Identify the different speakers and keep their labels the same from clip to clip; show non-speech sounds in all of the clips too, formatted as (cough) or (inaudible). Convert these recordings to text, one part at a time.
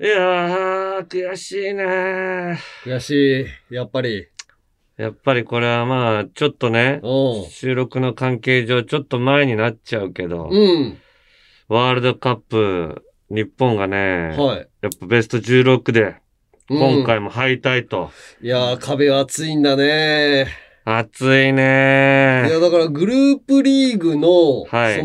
Speaker 1: いやー、悔しいね。
Speaker 2: 悔しい。やっぱり。
Speaker 1: やっぱりこれはまあ、ちょっとね、
Speaker 2: うん。
Speaker 1: 収録の関係上、ちょっと前になっちゃうけど、
Speaker 2: うん。
Speaker 1: ワールドカップ、日本がね、
Speaker 2: はい。
Speaker 1: やっぱベスト16で、
Speaker 2: うん
Speaker 1: 今。回も敗退と。
Speaker 2: いやー、壁は厚いんだね。
Speaker 1: 熱い
Speaker 2: い
Speaker 1: ね
Speaker 2: や、だからグループリーグの、
Speaker 1: はい
Speaker 2: そ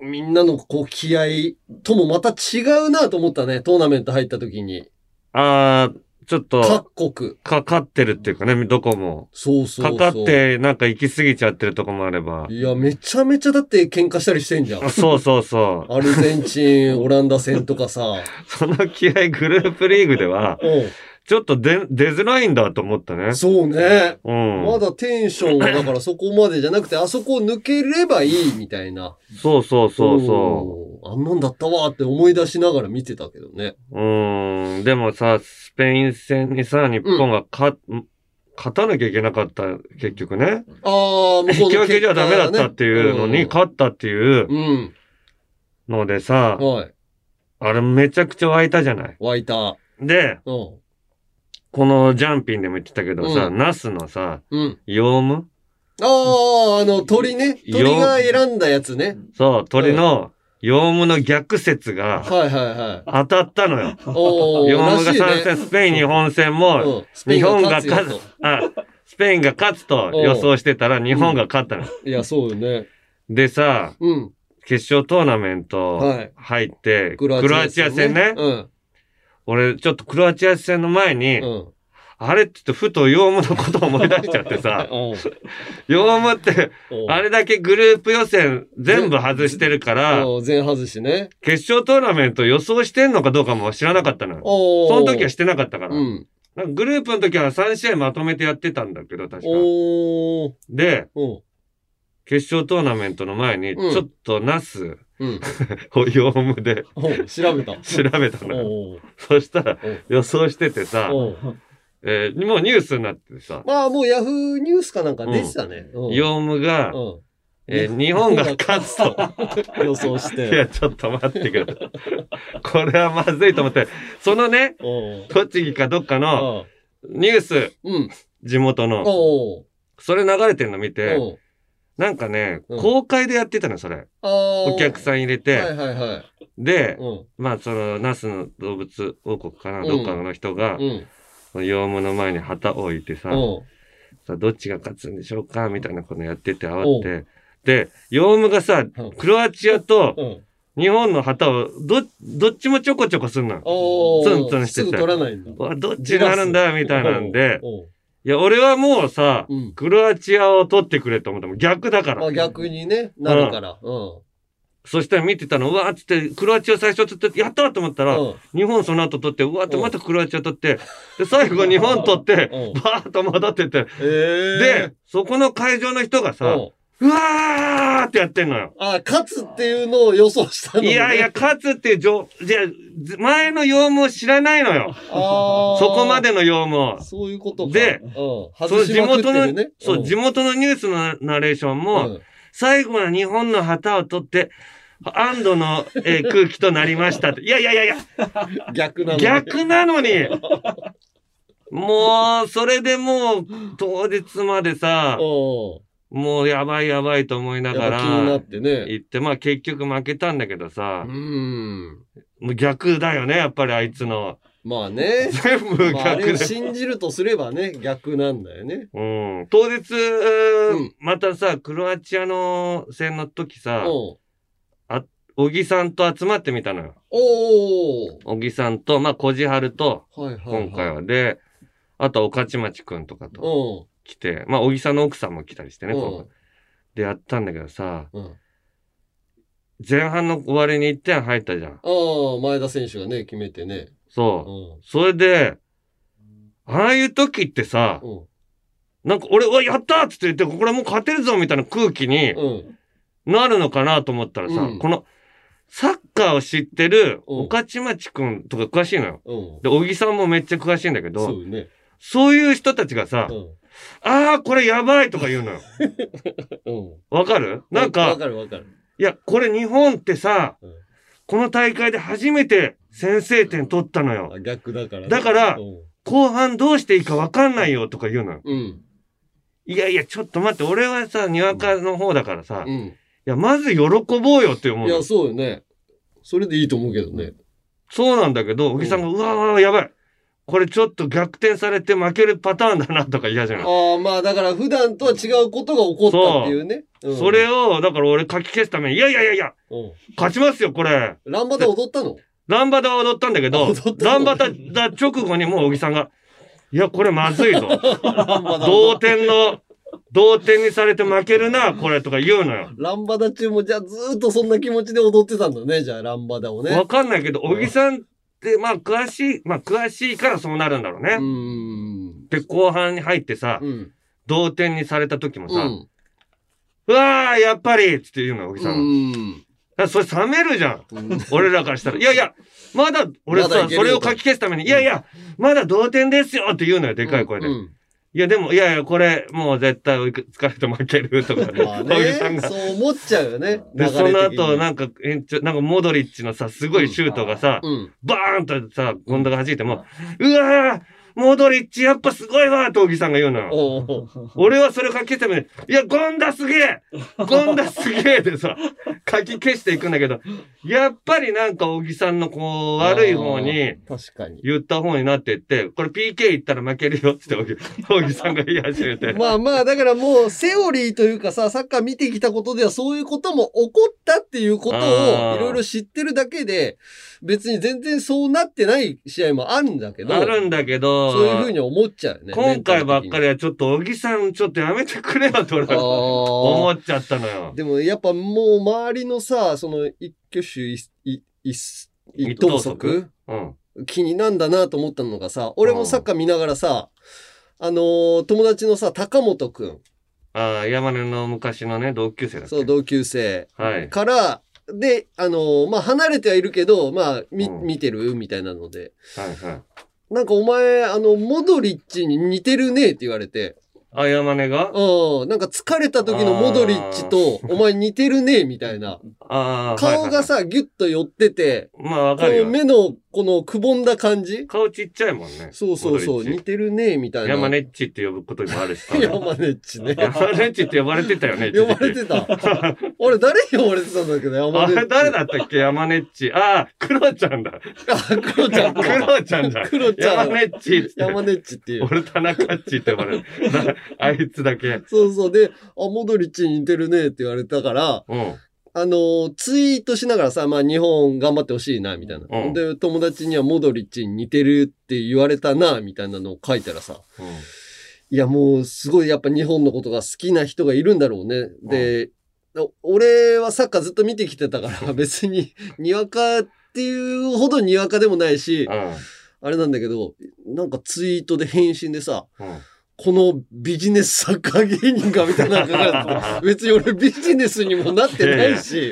Speaker 2: の、みんなのこう気合ともまた違うなと思ったね。トーナメント入った時に。
Speaker 1: あー、ちょっと、
Speaker 2: 各国。
Speaker 1: かかってるっていうかね、どこも。
Speaker 2: そうそうそ
Speaker 1: か
Speaker 2: う。
Speaker 1: かって、なんか行き過ぎちゃってるとこもあれば。
Speaker 2: いや、めちゃめちゃだって喧嘩したりしてんじゃ
Speaker 1: (laughs)
Speaker 2: ん
Speaker 1: あ。そうそう
Speaker 2: (laughs)
Speaker 1: そう。
Speaker 2: アルゼンチン、オランダ戦とかさ。
Speaker 1: その気合グループリーグでは、
Speaker 2: う
Speaker 1: ちょっと出、出づらいんだと思ったね
Speaker 2: ん。。そうね。
Speaker 1: うん。
Speaker 2: まだテンションがだからそこまでじゃなくて、あそこを抜ければいいみたいな。
Speaker 1: そうそうそうそ
Speaker 2: うん。あんなんだったわって思い出しながら見てたけどね。
Speaker 1: う。うん。でもさ、スペイン戦にさ、日本が勝、勝たなきゃいけなかった、結局ね。
Speaker 2: あ
Speaker 1: (laughs)
Speaker 2: あ、向
Speaker 1: 引
Speaker 2: こう
Speaker 1: き
Speaker 2: の
Speaker 1: 分けじゃダメだったっていうのに、
Speaker 2: 結
Speaker 1: 勝ったっていう
Speaker 2: 果がねうん。
Speaker 1: のでさ
Speaker 2: うん。、はい。
Speaker 1: あれめちゃくちゃ湧いたじゃない。
Speaker 2: 湧いた。
Speaker 1: で、
Speaker 2: うん。
Speaker 1: このジャンピンでも言ってたけどさ、
Speaker 2: うん
Speaker 1: ナスのさ、
Speaker 2: うん。
Speaker 1: ヨウム
Speaker 2: ああ、あの、鳥ね。
Speaker 1: よ
Speaker 2: 鳥が選んだやつね。
Speaker 1: そう、鳥の、ヨウムの逆説が
Speaker 2: はいはいは
Speaker 1: 当
Speaker 2: い。
Speaker 1: たったのよ。
Speaker 2: おお、
Speaker 1: ヨウ
Speaker 2: ら
Speaker 1: ム
Speaker 2: し
Speaker 1: が
Speaker 2: い
Speaker 1: 参
Speaker 2: ね
Speaker 1: 戦、。スペイン、日本戦も、
Speaker 2: うんスペイン
Speaker 1: 日本が
Speaker 2: よ
Speaker 1: 勝あ、スペインが勝つと予想してたら日本が勝ったの。
Speaker 2: といや、そうよね。
Speaker 1: でさ、
Speaker 2: うん。
Speaker 1: 決勝トーナメン
Speaker 2: は
Speaker 1: ト
Speaker 2: い
Speaker 1: 入って、クロアチア戦ね。
Speaker 2: うん。
Speaker 1: 俺、ちょっとクロアチア戦の前に、
Speaker 2: うん。
Speaker 1: あれって言ってふとヨウムのことを思い出しちゃって
Speaker 2: (laughs)
Speaker 1: さ、ヨウムって、あれだけグループ予選全部外してるから、
Speaker 2: お全外しね。
Speaker 1: 決勝トーナメント予想してんのかどうかも知らなかったのよ。
Speaker 2: お
Speaker 1: その時は
Speaker 2: し
Speaker 1: してなかったから。
Speaker 2: うん。
Speaker 1: なんかグループの時は3試合まとめてやってたんだけど、確か。
Speaker 2: おお。
Speaker 1: で、
Speaker 2: うん。
Speaker 1: 決勝トーナメントの前に、
Speaker 2: うん
Speaker 1: ちょっとナス
Speaker 2: うん。
Speaker 1: を用務で
Speaker 2: おう
Speaker 1: (laughs)
Speaker 2: 調べた。
Speaker 1: 調べたのよ。
Speaker 2: おう
Speaker 1: そしたら
Speaker 2: うん
Speaker 1: 予想しててさ、
Speaker 2: おう
Speaker 1: えーもうニュースになっててさ、
Speaker 2: まあ、もうヤフーニュースかなんか出てたね。うん
Speaker 1: 用務が、
Speaker 2: うん
Speaker 1: えー日本が勝つと。
Speaker 2: 予想し
Speaker 1: (laughs) い
Speaker 2: て。
Speaker 1: や、ちょっと待ってくれ。これはまずいと思って、そのね、
Speaker 2: おう
Speaker 1: 栃木かどっかの
Speaker 2: ああ
Speaker 1: ニュース、
Speaker 2: うん。
Speaker 1: 地元の、
Speaker 2: おう
Speaker 1: それ流れてるの見て、
Speaker 2: おう
Speaker 1: なんかね、
Speaker 2: うん
Speaker 1: 公開でやってたの、それ。
Speaker 2: ああ
Speaker 1: お客さん入れて、
Speaker 2: はいはいはい。
Speaker 1: で、
Speaker 2: うん。
Speaker 1: まあ、その、ナスの動物王国かな、どっかの人が、
Speaker 2: うん。
Speaker 1: 用務の前に旗を置いてさ、
Speaker 2: おう
Speaker 1: さどっちが勝つんでしょうかみたいなことやってて慌てて。で、用務がさ、クロアチアと
Speaker 2: うん。
Speaker 1: 日本の旗をど、どっちもちょこちょこすんの。
Speaker 2: おお。
Speaker 1: ツンツンして
Speaker 2: す
Speaker 1: て
Speaker 2: ぐ取らないんだ。
Speaker 1: うわどっちがあるんだみたいなんで、
Speaker 2: おう
Speaker 1: いや、俺はもうさ
Speaker 2: お、ううん。
Speaker 1: クロアチアを取ってくれと思ったもん逆だか
Speaker 2: ま
Speaker 1: ら
Speaker 2: あ。逆にね、なるから。うん。
Speaker 1: そしたら見てたの、うわーっつって、クロアチア最初取って、やったーと思ったら、
Speaker 2: うん
Speaker 1: 日本その後取って、うわーって
Speaker 2: うん
Speaker 1: またクロアチア取って、で、最後日本取って
Speaker 2: うん、
Speaker 1: バーッと戻ってって、
Speaker 2: えー
Speaker 1: で、、そこの会場の人がさ、
Speaker 2: うん
Speaker 1: うわーってやってんのよ。
Speaker 2: あ、勝つっていうのを予想したの、
Speaker 1: い
Speaker 2: ね。
Speaker 1: やいや、、勝つっていう情、じゃあず前の用務を知らないのよ。
Speaker 2: あー
Speaker 1: そこま。での用務を。
Speaker 2: そういうことか。
Speaker 1: で
Speaker 2: う
Speaker 1: そ
Speaker 2: ん、
Speaker 1: の
Speaker 2: 外し
Speaker 1: 地
Speaker 2: まくって
Speaker 1: 元
Speaker 2: る
Speaker 1: の
Speaker 2: ね。、
Speaker 1: そう、地元のニュースのナレーションも、
Speaker 2: うん
Speaker 1: 最後は日本の旗を取って、安堵の、え
Speaker 2: (laughs)
Speaker 1: ー空気となりましたって。いやいやいやいや、
Speaker 2: 逆なの。
Speaker 1: 逆なの
Speaker 2: (laughs)
Speaker 1: に。もう、それでもう、当日までさ、
Speaker 2: お
Speaker 1: もうやばいやばいと思いなが
Speaker 2: だから。やっぱ気にな
Speaker 1: ら
Speaker 2: っ、てね。
Speaker 1: 行って、まあ結局負けたんだけど
Speaker 2: う
Speaker 1: さ、
Speaker 2: ん。
Speaker 1: もう逆だよね、やっぱりあいつの。
Speaker 2: まあね。
Speaker 1: 全部
Speaker 2: まあ、あ
Speaker 1: (laughs) 逆
Speaker 2: れを
Speaker 1: で。
Speaker 2: 信じるとすればね、逆なんだよね。
Speaker 1: うん。当日、
Speaker 2: ん
Speaker 1: またさ、クロアチアの戦の時さ、
Speaker 2: お
Speaker 1: 小木さんと集まってみたのよ。
Speaker 2: おー
Speaker 1: 小木さんと、まあ、小路春と、
Speaker 2: はいはい、はい。
Speaker 1: 今回は。で、あとは、御徒町くんとかと
Speaker 2: お
Speaker 1: 来て、まあ、小木さんの奥さんも来たりして
Speaker 2: う
Speaker 1: ね、今
Speaker 2: ん
Speaker 1: 回。で、やったんだけどさ、
Speaker 2: うん。うん。
Speaker 1: 前半の終わりに1点入ったじゃん。
Speaker 2: ああ、前田選手がね、決めてね。う
Speaker 1: そう。
Speaker 2: ん。
Speaker 1: それで、ああいう時ってさ、
Speaker 2: うん。
Speaker 1: なんか俺、うわ、やったっつって言って、これもう勝てるぞみたいな空気に、
Speaker 2: うん。
Speaker 1: なるのかなと思ったらさ、
Speaker 2: うん
Speaker 1: この、サッカーを知ってる、
Speaker 2: う
Speaker 1: 御
Speaker 2: ん
Speaker 1: 徒町くんとか詳しいのよ。
Speaker 2: うん。
Speaker 1: で、小木さんもめっちゃ詳しいんだけど、
Speaker 2: そ
Speaker 1: そう
Speaker 2: うね。
Speaker 1: いう人たちがさ、
Speaker 2: うん。
Speaker 1: あー、これやばいとか言うのよ。
Speaker 2: うん。
Speaker 1: わかるなん
Speaker 2: わ
Speaker 1: か、
Speaker 2: かるわかる。
Speaker 1: いや、これ日本ってさ
Speaker 2: うん、
Speaker 1: この大会で初めて先制点取ったのよ。
Speaker 2: あ逆だからね。
Speaker 1: だから
Speaker 2: うん
Speaker 1: 後半どうしていいか分かんないよとか言うのよ。
Speaker 2: うん。
Speaker 1: いやいや、ちょっと待って、俺はさ、にわかの方だからさ、
Speaker 2: う
Speaker 1: い
Speaker 2: ん。
Speaker 1: や、まず喜ぼうよって思う
Speaker 2: い
Speaker 1: の
Speaker 2: や、。そうよね。それでいいと思うけどね。
Speaker 1: そうなんだけど、小木さんが、うわうわうわ、やばい。これちょっと逆転されて負けるパターンだなとか嫌じゃない。
Speaker 2: ああ、まあだから普段とは違うことが起こったっていうね。うん
Speaker 1: それを、だから俺書き消すために、いやいやいやいや、
Speaker 2: うん
Speaker 1: 勝ちますよ、これ。
Speaker 2: ランバダ踊っ
Speaker 1: (laughs)
Speaker 2: たの
Speaker 1: ランバダは踊ったんだけ
Speaker 2: あ
Speaker 1: ど
Speaker 2: 踊ったの、
Speaker 1: ランバダ直後にもう小木さんが、いや、これまずい
Speaker 2: (laughs)
Speaker 1: ぞ。
Speaker 2: ランバダ
Speaker 1: 同点の、同点にされて負けるな、これとか言うのよ。
Speaker 2: ランバダ中もじゃあずーっとそんな気持ちで踊ってたんだね、じゃあランバダをね。
Speaker 1: わかんないけど、小木さんって、まあ、詳しい、まあ、詳しいからそうなるんだろう
Speaker 2: う
Speaker 1: ね。
Speaker 2: ん。
Speaker 1: で、後半に入ってさ
Speaker 2: う、ん。
Speaker 1: 同点にされた時も
Speaker 2: う
Speaker 1: さ、
Speaker 2: ん。
Speaker 1: うわー、やっぱりっつって言うのよ、小木
Speaker 2: う
Speaker 1: さんは。
Speaker 2: ん。
Speaker 1: だからそれ冷めるじゃん。 (laughs)
Speaker 2: うん
Speaker 1: 俺らからしたら。いやいや、まだ、俺
Speaker 2: まだ
Speaker 1: さ、
Speaker 2: いける
Speaker 1: そ
Speaker 2: よ
Speaker 1: れを
Speaker 2: と
Speaker 1: 書き消すために、いやいや、まだ同点ですよって言うのよ、でかい声で。
Speaker 2: う
Speaker 1: い
Speaker 2: ん
Speaker 1: や、でも、いやいや、これ、もう絶対追いつかれて負けるとか、
Speaker 2: ま
Speaker 1: (laughs)
Speaker 2: あ
Speaker 1: 小木さん
Speaker 2: ね、
Speaker 1: が。
Speaker 2: そう思っちゃうよね。
Speaker 1: で、
Speaker 2: 流
Speaker 1: その
Speaker 2: れ的に
Speaker 1: 後、なんか、延長、なんか、モドリッチのさ、すごいシュートがさ、
Speaker 2: うん。
Speaker 1: バーンとさ、権田が弾いても、うわーモドリッチやっぱすごいわーって小木さんが言うのよ。
Speaker 2: おうおう
Speaker 1: 俺はそれを書き消すために、いや、権田すげ
Speaker 2: (laughs)
Speaker 1: え権田すげえでさ、書き消していくんだけど、やっぱりなんか小木さんのこう、悪い方に、。
Speaker 2: 確かに。
Speaker 1: 言った方になってって、これ PK 行ったら負けるよって小木小木さんが言い始めて。
Speaker 2: (laughs) まあまあ、だからもう、セオリーというかさ、サッカー見てきたことでは、そういうことも起こったっていうこと
Speaker 1: あー
Speaker 2: を、いろいろ知ってるだけで、別に全然そうなってない試合もあるんだけど、
Speaker 1: あるんだけど、
Speaker 2: そういうふうに思っちゃうよね。
Speaker 1: 今回ばっか
Speaker 2: り。
Speaker 1: りはちょっと小木さんちょっとやめてくれよって俺
Speaker 2: あ
Speaker 1: は
Speaker 2: ー
Speaker 1: 思っちゃったのよ。
Speaker 2: でもやっぱもう周りのさ、その一挙手一一一一投足
Speaker 1: うん。
Speaker 2: 気になんだなと思ったのがさ、俺もサッカー見ながらさ、あのー友達のさ、高本くん、
Speaker 1: ああ、山根の昔のね、同級生だっけ
Speaker 2: そう、同級生
Speaker 1: はい
Speaker 2: から、で、あのーまあ、離れてはいるけど、まあ、み、
Speaker 1: うん
Speaker 2: 見てるみたいなので、
Speaker 1: はいはい。
Speaker 2: なんかお前、あの、モドリッチに似てるねって言われて、
Speaker 1: あ、山根が
Speaker 2: うん、なんか疲れた時のモドリッチと、お前似てるねみた
Speaker 1: (laughs)
Speaker 2: いな。
Speaker 1: ああ、
Speaker 2: 顔がさ、ギュッと寄ってて、
Speaker 1: はいはいはい、まあわ
Speaker 2: こ
Speaker 1: かる
Speaker 2: の
Speaker 1: よ。
Speaker 2: 目の、このくぼんだ感じ
Speaker 1: 顔ちっちゃいもんね。
Speaker 2: そうそうそ
Speaker 1: モ
Speaker 2: う、
Speaker 1: ドリッ
Speaker 2: 似
Speaker 1: チ
Speaker 2: てるねみたいな。
Speaker 1: 山根っちって呼ぶこともあるしさ。
Speaker 2: 山根っちね。
Speaker 1: 山根っちって呼ばれてたよね、一時
Speaker 2: (laughs) 呼
Speaker 1: 期
Speaker 2: ばれてた。俺、誰に呼ばれてたんだっけど、
Speaker 1: あ
Speaker 2: 山根っ
Speaker 1: れ
Speaker 2: ち。
Speaker 1: 誰だったっけ山根っち。ああ、クロちゃんだ。
Speaker 2: あ、クロちゃん
Speaker 1: ク。ロちゃんだ。
Speaker 2: クロちゃ
Speaker 1: 山
Speaker 2: ん。
Speaker 1: 根っちっつって。
Speaker 2: 山根っちっていう。
Speaker 1: 俺、田中っちって呼ばれる。なあいつだけ。
Speaker 2: そうそう。で、あ、モドリッチに似てるねって言われたから、
Speaker 1: うん。
Speaker 2: あのーツイートしながらさ、まあ、日本頑張ってほしいな、みたいな。
Speaker 1: うん
Speaker 2: で、友達にはモドリッチに似てるって言われたな、みたいなのを書いたらさ、
Speaker 1: うん
Speaker 2: いや、もう、すごい、やっぱ日本のことが好きな人がいるんだろうね。で、俺はサッカーずっと見てきて
Speaker 1: (laughs)
Speaker 2: たから、別に、にわかっていうほどにわかでもないし、あれなんだけど、なんかツイートで返信でさ、
Speaker 1: うん。 (laughs) うん。
Speaker 2: このビジネスサッカー芸人がみたいなのが書かれてて別に俺ビジネスにもなってないし、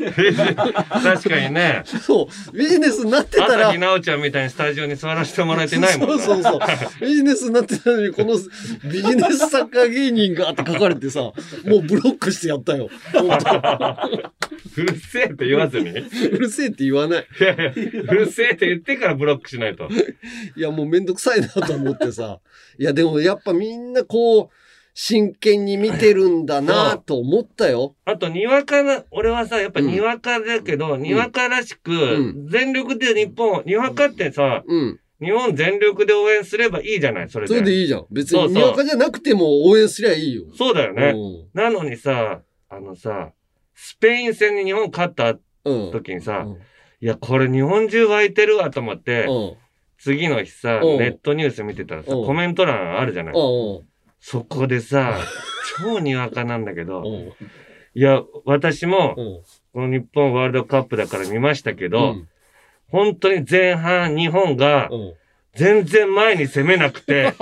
Speaker 1: 確かにね。
Speaker 2: そう、ビジネスになってた
Speaker 1: 朝
Speaker 2: ら
Speaker 1: 日、奈央ちゃんみたいにスタジオに座らせてもらえてないもんな。
Speaker 2: そうそうそう。ビジネスになってたのに、このビジネスサッカー芸人がって書かれてさ、もうブロックしてやったよ。本
Speaker 1: (laughs) うるせえって言わずに。い
Speaker 2: 当うるせえって言わない。
Speaker 1: やいや、うるせえって言ってからブロックしないと。
Speaker 2: いや、もうめんどくさいなと思ってさ。いや、でもやっぱみんなこう、真剣に見てるんだなと思ったよ。
Speaker 1: あと、にわかな、俺はさ、やっぱにわかだけど、にわからし
Speaker 2: う
Speaker 1: く、全力で日本を、にわかってさ、
Speaker 2: うん。
Speaker 1: 日本全力で応援すればいいじゃない、それ
Speaker 2: それで
Speaker 1: で。
Speaker 2: いいじゃん。別
Speaker 1: そう
Speaker 2: に、
Speaker 1: そう
Speaker 2: にわかじゃなくても応援すりゃいいよ。
Speaker 1: そうだよね。
Speaker 2: う
Speaker 1: なのにさ、あのさ、スペイン戦に日本勝った
Speaker 2: ん。うん。
Speaker 1: 時にさ
Speaker 2: う、ん
Speaker 1: いや、これ日本中湧いてるわと思って、
Speaker 2: うん。
Speaker 1: 次の日さ、
Speaker 2: うん
Speaker 1: ネットニュース見てたらさ、
Speaker 2: うん
Speaker 1: コメント欄あるじゃない。そこでさ、超にわかなんだけ
Speaker 2: うん。う
Speaker 1: ど、
Speaker 2: ん。
Speaker 1: いや、私も
Speaker 2: う、ん。
Speaker 1: この日本ワールドカップだから見ましたけど、
Speaker 2: うん
Speaker 1: 本当に前半日本が
Speaker 2: うん
Speaker 1: 全然前に攻めなく
Speaker 2: (laughs)
Speaker 1: て、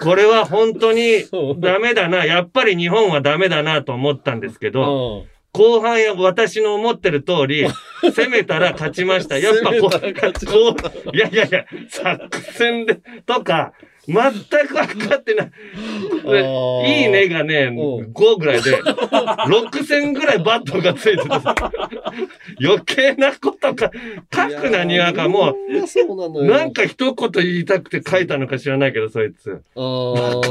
Speaker 1: これは本当に
Speaker 2: うん。
Speaker 1: ダメだな、やっぱり日本はダメだなと思ったんですけど、
Speaker 2: うん
Speaker 1: 後半や私の思ってる通
Speaker 2: (laughs)
Speaker 1: り、攻めたら勝ちました。やっぱこ
Speaker 2: 攻めたら勝ち
Speaker 1: う、こう、いやいやいや、作戦で、とか、全く分かってない。
Speaker 2: あー
Speaker 1: いいね。がね、
Speaker 2: おう
Speaker 1: 5ぐらい
Speaker 2: (laughs)
Speaker 1: で、6000ぐらいバットがついてた。余計なことか、書くなにわかも
Speaker 2: う。いやそうなの
Speaker 1: う、
Speaker 2: よ。
Speaker 1: なんか一言言いたくて書いたのか知らないけど、そいつ。
Speaker 2: あ
Speaker 1: か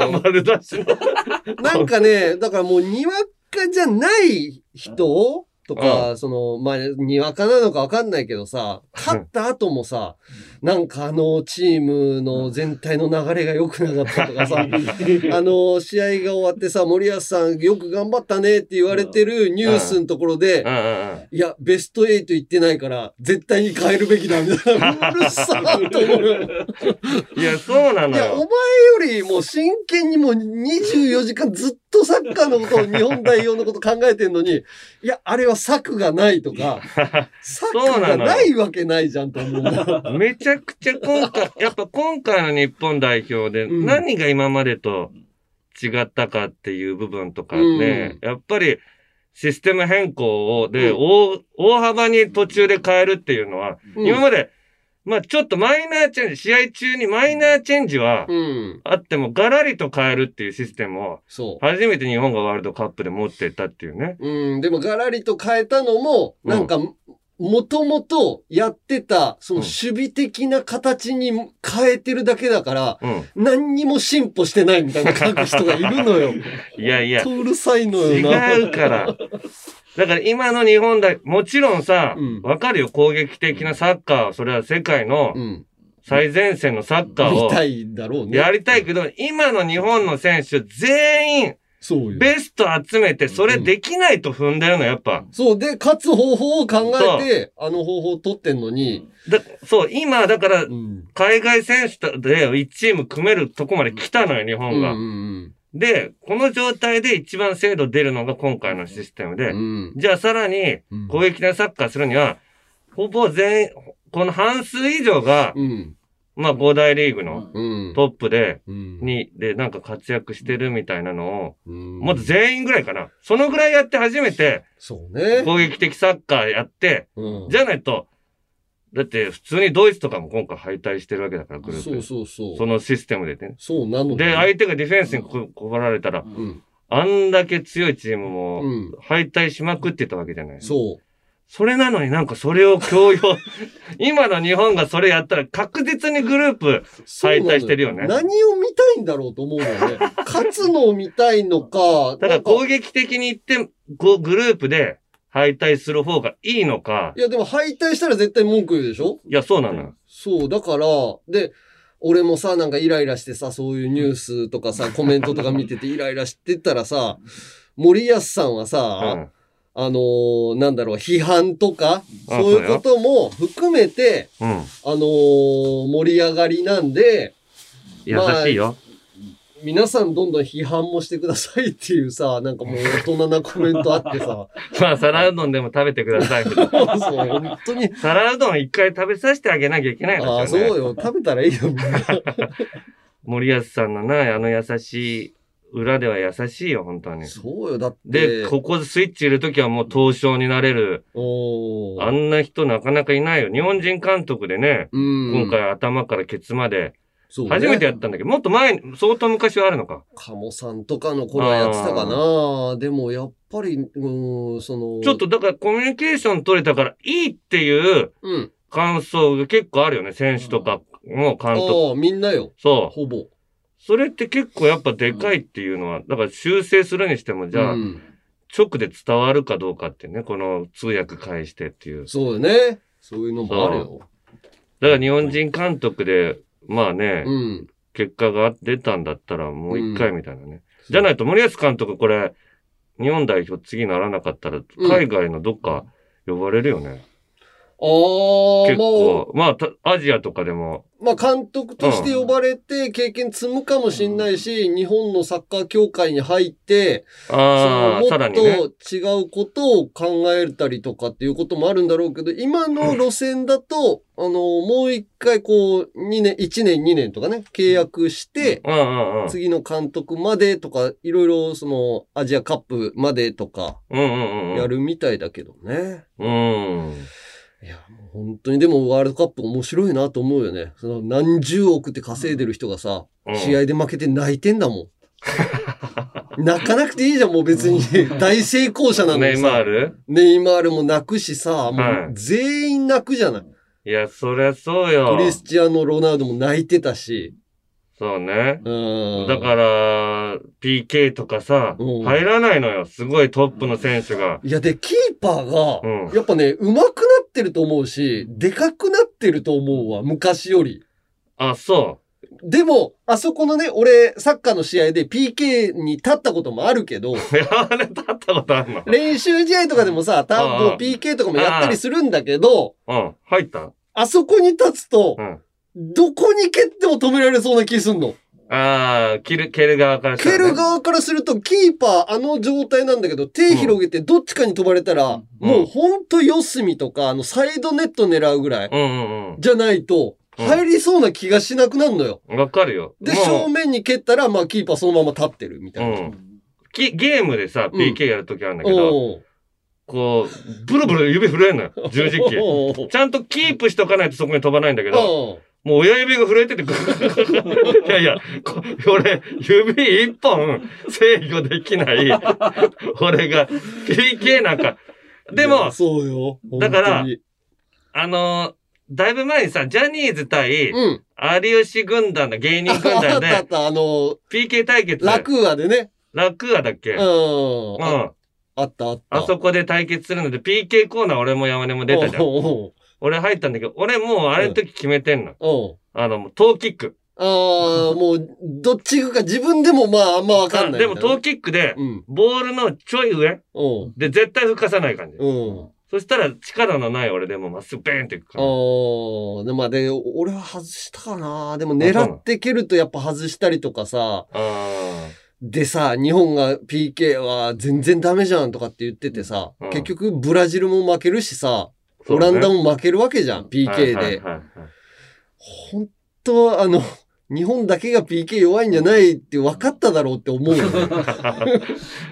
Speaker 2: ー、
Speaker 1: 丸出しの。
Speaker 2: (laughs) なんかね、だからもうにわかじゃない人とか、その、まあ、にわかなのかわかんないけどさ、勝った後もさ、なんかあのチームの全体の流れが良くなかったとかさ、 (laughs) あの、試合が終わってさ、森保さんよく頑張ったねって言われてるニュースのところで
Speaker 1: う、んうんうん
Speaker 2: いや、ベスト8行ってないから、絶対に変えるべきだ、みた
Speaker 1: (laughs)
Speaker 2: いな。うるさーと思う。
Speaker 1: いや、そうないの
Speaker 2: や、お
Speaker 1: よ
Speaker 2: 前よ。りも真剣にもう24時間ずっとサッカーのことを、日本代表のこと考えてんのに、いや、あれは策がないとか、策
Speaker 1: そうな
Speaker 2: が
Speaker 1: の
Speaker 2: ないわけないじゃんと思うんだよ。
Speaker 1: (laughs) めちゃくちゃ今回、やっぱ今回の日本代表で
Speaker 2: うん
Speaker 1: 何が今までと違ったかっていう部分とかね、やっぱりシステム変更をで、
Speaker 2: うん
Speaker 1: 大、大幅に途中で変えるっていうのは、
Speaker 2: うん
Speaker 1: 今まで、まあちょっとマイナーチェンジ、試合中にマイナーチェンジは
Speaker 2: うん。
Speaker 1: あってもガラリと変えるっていうシステムを
Speaker 2: そう。
Speaker 1: 初めて日本がワールドカップで持ってったっていうね。
Speaker 2: うん、でもガラリと変えたのも、なんか、もともとやってた、その
Speaker 1: うん
Speaker 2: 守備的な形に変えてるだけだから、
Speaker 1: うん。
Speaker 2: 何にも進歩してないみたいな書く人がいるのよ。
Speaker 1: (laughs) いやいや、
Speaker 2: ほんとうるさいのよな。
Speaker 1: 違うから。だから今の日本代もちろんさ
Speaker 2: うん、
Speaker 1: わ、かるよ、攻撃的なサッカーは、それは世界の
Speaker 2: うん。
Speaker 1: 最前線のサッカー
Speaker 2: 見
Speaker 1: を
Speaker 2: たいだろうね。
Speaker 1: やりたいけど、今の日本の選手全員、
Speaker 2: そうよ。
Speaker 1: ベスト集めて、それできないと踏んだよな、やっぱ。
Speaker 2: そう。で、勝つ方法を考えて、あの方法を取ってんのに、
Speaker 1: だそう、今、だから
Speaker 2: う、ん。
Speaker 1: 海外選手で1チーム組めるとこまで来たのよ、日
Speaker 2: う
Speaker 1: 本
Speaker 2: んう
Speaker 1: が。
Speaker 2: ん
Speaker 1: で、この状態で一番精度出るのが今回のシステム
Speaker 2: う
Speaker 1: で、
Speaker 2: ん。
Speaker 1: じゃあさらに、
Speaker 2: うん。
Speaker 1: 攻撃的なサッカーするには、ほぼ全員、この半数以上が、
Speaker 2: うん。
Speaker 1: まあ、5大リーグの
Speaker 2: うん。
Speaker 1: トップで、
Speaker 2: うん、
Speaker 1: に、で、なんか活躍してるみたいなのを、
Speaker 2: うん、
Speaker 1: もっと全員ぐらいかな。そのぐらいやって初めて、
Speaker 2: そうね。
Speaker 1: 攻撃的サッカーやって、
Speaker 2: うん
Speaker 1: じゃないと、だって普通にドイツとかも今回敗退してるわけだから、グループ
Speaker 2: そう
Speaker 1: で。
Speaker 2: そうそう。
Speaker 1: そのシステムでね。
Speaker 2: そうなの
Speaker 1: で、
Speaker 2: ね
Speaker 1: 相手がディフェンスにここばられたら、
Speaker 2: うん。
Speaker 1: あんだけ強いチーム
Speaker 2: う
Speaker 1: も
Speaker 2: ん。
Speaker 1: 敗退しまくってたわけじゃない。
Speaker 2: そう。
Speaker 1: それなのになんかそれを強要。 (laughs) 今の日本がそれやったら確実にグループ。
Speaker 2: そうなの
Speaker 1: 敗退してるよね
Speaker 2: 何を見たいんだろうと思うのよね。
Speaker 1: (laughs)
Speaker 2: 勝つのを見たいのか。
Speaker 1: だか
Speaker 2: な
Speaker 1: ら
Speaker 2: ん
Speaker 1: 攻撃的にいって、こうグループで敗退する方がいいのか
Speaker 2: い。や、でも敗退したら絶対文句言うでしょ
Speaker 1: いや、そうなのよ。
Speaker 2: そう、だから、で、俺もさ、なんかイライラしてさ、そういうニュースとか
Speaker 1: (laughs)
Speaker 2: さ、コメントとか見ててイライラしてたらさ、森保さんは
Speaker 1: う
Speaker 2: さ、
Speaker 1: ん。
Speaker 2: あのーなんだろう、批判とか、
Speaker 1: あ
Speaker 2: そういうことも含めて、
Speaker 1: うん。
Speaker 2: あのー盛り上がりなんで、
Speaker 1: 優しいよ。
Speaker 2: 皆さんどんどん批判もしてくださいっていうさ、なんかもう大人なコメントあっ
Speaker 1: (laughs)
Speaker 2: てさ、
Speaker 1: まあ、皿うどんでも食べてくだ
Speaker 2: (laughs)
Speaker 1: さい。
Speaker 2: そう、本当に、
Speaker 1: 皿うどん一回食べさせてあげなきゃいけない
Speaker 2: あ
Speaker 1: ん
Speaker 2: あ、
Speaker 1: です
Speaker 2: そ
Speaker 1: よね。
Speaker 2: うよ、食べたらいいよ、みんな。
Speaker 1: 森保さんのな、あの優しい、裏では優しいよ、本当に。
Speaker 2: そうよ、だって。
Speaker 1: で、ここスイッチ入れるときはもう東証になれる。
Speaker 2: おー
Speaker 1: あんな人なかなかいないよ。日本人監督でね、
Speaker 2: うん
Speaker 1: 今回頭からケツまで、
Speaker 2: そうね
Speaker 1: 初めてやったんだけど、もっと前に、相当昔はあるのか。
Speaker 2: 鴨さんとかの頃はやってたかな。でもやっぱり、うーん、その。
Speaker 1: ちょっと、だからコミュニケーション取れたからいいっていう
Speaker 2: うん。
Speaker 1: 感想が結構あるよね。選手とかも
Speaker 2: あ
Speaker 1: 監督。
Speaker 2: あ、みんなよ。
Speaker 1: そう。
Speaker 2: ほぼ。
Speaker 1: それって結構やっぱでかいっていうのは、だから修正するにしても、じゃあ
Speaker 2: う、ん
Speaker 1: 直で伝わるかどうかってね、この通訳返してっていう。
Speaker 2: そうよね。そういうのもあるよ。
Speaker 1: だから日本人監督で、まあね、
Speaker 2: うん。
Speaker 1: 結果が出たんだったらもう一回みたいなね。じゃ
Speaker 2: い。
Speaker 1: ないと森保監督これ、日本代表次ならなかったら、
Speaker 2: うん
Speaker 1: 海外のどっか呼ばれるよね。
Speaker 2: ああ、
Speaker 1: 結
Speaker 2: ま
Speaker 1: 構。まあた、アジアとかでも。
Speaker 2: あ、まあ監督として呼ばれて経験積むかもしんないし、日本のサッカー協会に入って、
Speaker 1: ああ、
Speaker 2: そ
Speaker 1: さ
Speaker 2: のも
Speaker 1: ら
Speaker 2: っ
Speaker 1: にね。
Speaker 2: と違うことを考えたりとかっていうこともあるんだろうけど、今の路線だと、あの、もう一回こう、2年、1年、2年とかね、契約して、
Speaker 1: うんうんうん。
Speaker 2: 次の監督までとか、いろいろその、アジアカップまでとか、
Speaker 1: うんうんうん。
Speaker 2: やるみたいだけどね。
Speaker 1: うん。
Speaker 2: いや、も本当にでもワールドカップ面白いなと思うよね。その何十億って稼いでる人がさ、
Speaker 1: うん
Speaker 2: 試合で負けて泣いてんだもん。泣かなくていいじゃん、もう別
Speaker 1: (laughs)
Speaker 2: に。大成功者なの
Speaker 1: ネ
Speaker 2: に
Speaker 1: イマー
Speaker 2: さ。
Speaker 1: ル
Speaker 2: ネイマールも泣くしさ、も
Speaker 1: は
Speaker 2: う
Speaker 1: い
Speaker 2: 全員泣くじゃない。
Speaker 1: いや、そりゃそうよ
Speaker 2: ク。リスチアーノ・ロナウドも泣いてたし。
Speaker 1: そうね。
Speaker 2: うん。
Speaker 1: だから、PK とかさ、
Speaker 2: うん
Speaker 1: 入らないのよ。すごいトップの選手が。
Speaker 2: いや、で、キーパー
Speaker 1: うん
Speaker 2: が、やっぱね、上手くなってると思うし、でかくなってると思うわ、昔より。
Speaker 1: あ、そ
Speaker 2: でも、あそこのね、俺、サッカーの試合で PK に立ったこともあるけど、
Speaker 1: う。 (laughs) いや、あれ、立ったことあんの
Speaker 2: 練習試合とかでもさ、タン
Speaker 1: ああ
Speaker 2: ポ PK とかもやったりするんだけど、
Speaker 1: うん。入った
Speaker 2: あそこに立つと
Speaker 1: う、ん。
Speaker 2: どこに蹴っても止められそうな気すんの。
Speaker 1: ああ、蹴る、蹴る側からした
Speaker 2: 蹴
Speaker 1: らね
Speaker 2: る側からすると、キーパー、あの状態なんだけど、手広げてどっちかに飛ばれたら、
Speaker 1: うん
Speaker 2: もうほんと四隅とか、あの、サイドネット狙うぐらい。
Speaker 1: うんうん
Speaker 2: じゃないと、
Speaker 1: うん
Speaker 2: 入りそうな気がしなくなるのよ。
Speaker 1: うん。わかるよ。
Speaker 2: で、
Speaker 1: もう
Speaker 2: 正面に蹴ったら、まあ、キーパーそのまま立ってるみたいな。
Speaker 1: うんきゲームでさ、
Speaker 2: うん
Speaker 1: PK やるときあるんだけど、
Speaker 2: おう
Speaker 1: こう、ブルブル指震えんのよ。十字キー。
Speaker 2: おうおう
Speaker 1: ちゃんとキープしとかないとそこに飛ばないんだけど、
Speaker 2: おう
Speaker 1: もう親指が震えて (laughs) て、グーグーグーいやいや、こ俺、指一本制御できない、俺が PK なんか。で
Speaker 2: い
Speaker 1: も
Speaker 2: や、そうよ。
Speaker 1: だから
Speaker 2: 本
Speaker 1: あのーだいぶ前にさ、ジャニーズ対
Speaker 2: 当にうん。
Speaker 1: 有吉軍団だ、芸人軍
Speaker 2: あ
Speaker 1: 団
Speaker 2: ったあ
Speaker 1: で
Speaker 2: (laughs) っ、た、あの、
Speaker 1: PK 対決、
Speaker 2: ラクーアでね。
Speaker 1: ラクアだっけ
Speaker 2: う
Speaker 1: う
Speaker 2: ん
Speaker 1: ん。。
Speaker 2: あ
Speaker 1: あ
Speaker 2: あったあった。
Speaker 1: そこで対決するので、PK コーナー俺も山根も出たじゃん。
Speaker 2: おうおう
Speaker 1: 俺入ったんだけど、俺もうあれの時決めてんの。
Speaker 2: おう
Speaker 1: あの、もうトーキック。
Speaker 2: ああ、もう、どっち行くか自分でもまあ、あんまわかんない
Speaker 1: でも
Speaker 2: みたいな
Speaker 1: ト
Speaker 2: ね。
Speaker 1: ーキックで、
Speaker 2: うん。
Speaker 1: ボールのちょい上
Speaker 2: おう
Speaker 1: で絶対吹かさない感じ。
Speaker 2: うん。
Speaker 1: そしたら力のない俺でもまっすぐベーンっていくから。
Speaker 2: おーで、まあで、俺は外したかな。でも狙って蹴るとやっぱ外したりとかさ、
Speaker 1: あ
Speaker 2: でさ、日本が PK は全然ダメじゃんとかって言っててさ、
Speaker 1: うん
Speaker 2: 結局ブラジルも負けるしさ、
Speaker 1: ー
Speaker 2: オランダ
Speaker 1: も
Speaker 2: も負けるわけじゃん、PK で。本当はあの、日本だけが PK 弱いんじゃないって分かっただろうって思うよね。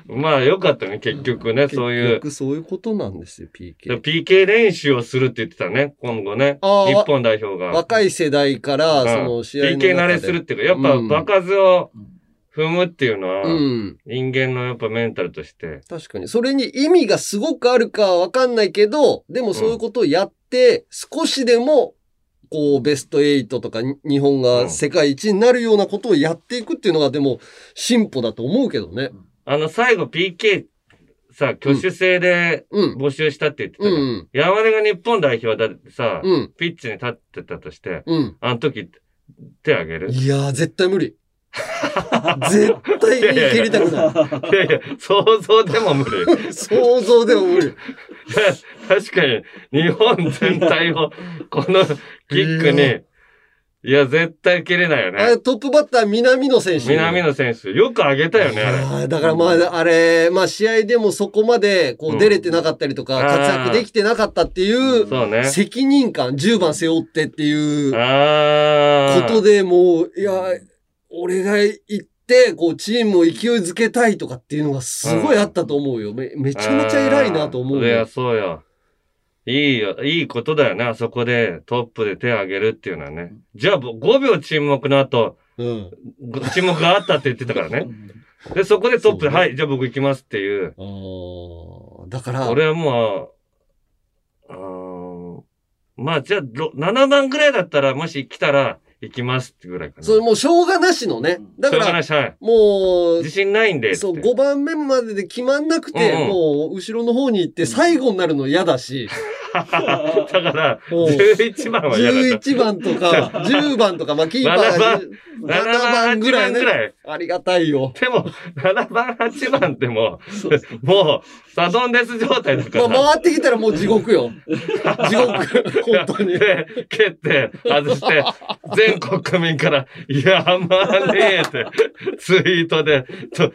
Speaker 1: まあよかったね、結局ね、 (laughs) そういう
Speaker 2: 結。局そういうことなんですよ、PK。
Speaker 1: PK 練習をするって言ってたね、今後ね。
Speaker 2: あー
Speaker 1: 日本代表が。
Speaker 2: 若い世代から、
Speaker 1: うん
Speaker 2: その試合の中で。
Speaker 1: PK 慣れするっていうか、や
Speaker 2: う
Speaker 1: っ
Speaker 2: ん
Speaker 1: ぱ場数を踏むっていうの
Speaker 2: う
Speaker 1: は、
Speaker 2: ん。
Speaker 1: 人間のやっぱメンタルとして。
Speaker 2: 確かに。それに意味がすごくあるかはわかんないけど、でもそういうことをやって、少しでも、こう、ベスト8とかに、日本が世界一になるようなことをやっていくっていうのが、でも、進歩だと思うけどね。
Speaker 1: あの、最後 PK さ、挙手制で
Speaker 2: うん。
Speaker 1: 募集したって言ってた
Speaker 2: う
Speaker 1: じゃん
Speaker 2: ん。
Speaker 1: 山根が日本代表だってさ、
Speaker 2: うん。
Speaker 1: ピッチに立ってたとして、
Speaker 2: うん。
Speaker 1: あの時、手あげるい
Speaker 2: いやー、絶対無理。絶対言い切りたくな
Speaker 1: や (laughs) いや、想像でも無理。
Speaker 2: (laughs)
Speaker 1: いや
Speaker 2: い。想像でも無理。
Speaker 1: 確かに、日本全体を、このキック
Speaker 2: いや
Speaker 1: に、いや、絶対蹴れないよ
Speaker 2: あれ
Speaker 1: ね。
Speaker 2: トップバッター、南野選手。
Speaker 1: 南野選手、よく上げたよね、あ
Speaker 2: い
Speaker 1: れ。
Speaker 2: やーだからまあ、あれ、まあ試合でもそこまで、こ
Speaker 1: うん
Speaker 2: う出れてなかったりとか、
Speaker 1: あー
Speaker 2: 活躍できてなかったっていう、
Speaker 1: そうね。
Speaker 2: 責任感、10番背負ってっていうこ
Speaker 1: ああ。
Speaker 2: とでもう、いや、俺が行って、こう、チームを勢いづけたいとかっていうのがすごいあったと思うよ。めめちゃめちゃ偉いなと思
Speaker 1: あ
Speaker 2: う
Speaker 1: ーいや、
Speaker 2: よ。
Speaker 1: そうよ。いいよ、いいことだよね、あそこでトップで手を挙げるっていうのはね。じゃあ、5秒沈黙の後、
Speaker 2: うん。
Speaker 1: ご (laughs) 沈黙があったって言ってたからね。で、そこでトップで、
Speaker 2: そうね
Speaker 1: はい、じゃあ僕行きますっていう。
Speaker 2: あーだから、
Speaker 1: 俺はもう、あーまあ、じゃあ、ろ7番ぐらいだったら、もし来たら、行きますってぐらいかな。
Speaker 2: それもうしょうがなしのね。だか
Speaker 1: しょうがな
Speaker 2: ら、
Speaker 1: いしはい
Speaker 2: もう
Speaker 1: 自、信ないんでって。
Speaker 2: そう、5番目までで決まんなくて、
Speaker 1: うんうん
Speaker 2: もう、後ろの方に行って最後になるの嫌だ
Speaker 1: (laughs)
Speaker 2: し、
Speaker 1: (laughs) だから、
Speaker 2: もう
Speaker 1: 11番は嫌だった。
Speaker 2: 11番とか、10番
Speaker 1: (laughs)
Speaker 2: とか、まあ、キーパーが10
Speaker 1: 7
Speaker 2: 7
Speaker 1: 番、8
Speaker 2: 番ぐら
Speaker 1: 番
Speaker 2: い
Speaker 1: ぐ
Speaker 2: ね。
Speaker 1: らい。
Speaker 2: ありがたいよ。
Speaker 1: でも、7番、8番ってもう、もう、サドンデス状態だか
Speaker 2: ま
Speaker 1: ら。
Speaker 2: あ、回ってきたらもう地獄よ。
Speaker 1: (laughs)
Speaker 2: 地獄。本当に。
Speaker 1: で、蹴って、外して、全国民から、やまねえって、ツイートで、と、と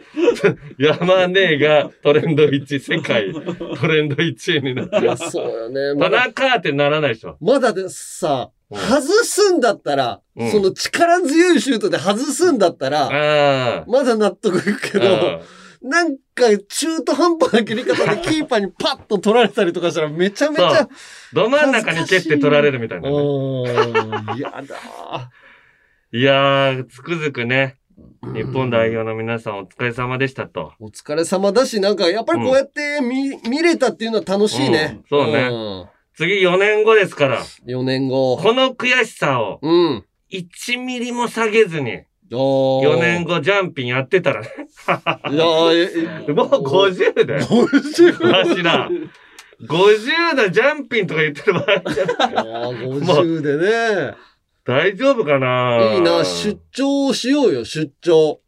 Speaker 1: やまねえがトレンド1位、世界トレンド1位になって
Speaker 2: いや、そうよね。ま
Speaker 1: 田
Speaker 2: だ、
Speaker 1: 中ってならないでしょ。
Speaker 2: まだでさ、
Speaker 1: うん
Speaker 2: 外すんだったら、
Speaker 1: うん
Speaker 2: その力強いシュートで外すんだったら、
Speaker 1: ああ。
Speaker 2: まだ納得いくけ
Speaker 1: う
Speaker 2: ど、
Speaker 1: ん
Speaker 2: なんか中途半端な蹴り方でキーパーにパッと取られたりとかしたらめちゃめち
Speaker 1: そ
Speaker 2: ゃ、
Speaker 1: ど真ん中に蹴って取られるみたいな、ね。
Speaker 2: うん、やだー。
Speaker 1: いやー、つくづくね、日本代表の皆さんお疲れ様でしたと。
Speaker 2: お疲れ様だし、なんかやっぱりこうやって見,、見れたっていうのは楽しい
Speaker 1: う
Speaker 2: ね。
Speaker 1: んそうね次4年後ですから、
Speaker 2: うん。4年後。
Speaker 1: この悔しさを
Speaker 2: うん。
Speaker 1: 1ミリも下げずに、
Speaker 2: お
Speaker 1: 4年後ジャンピンやってたらね、
Speaker 2: いやーええ
Speaker 1: もう50だよ。
Speaker 2: 50
Speaker 1: わしら、50のジャンピンとか言ってる場合じゃない
Speaker 2: いやー50でね。
Speaker 1: 大丈夫かない
Speaker 2: いな、出張しようよ、出張。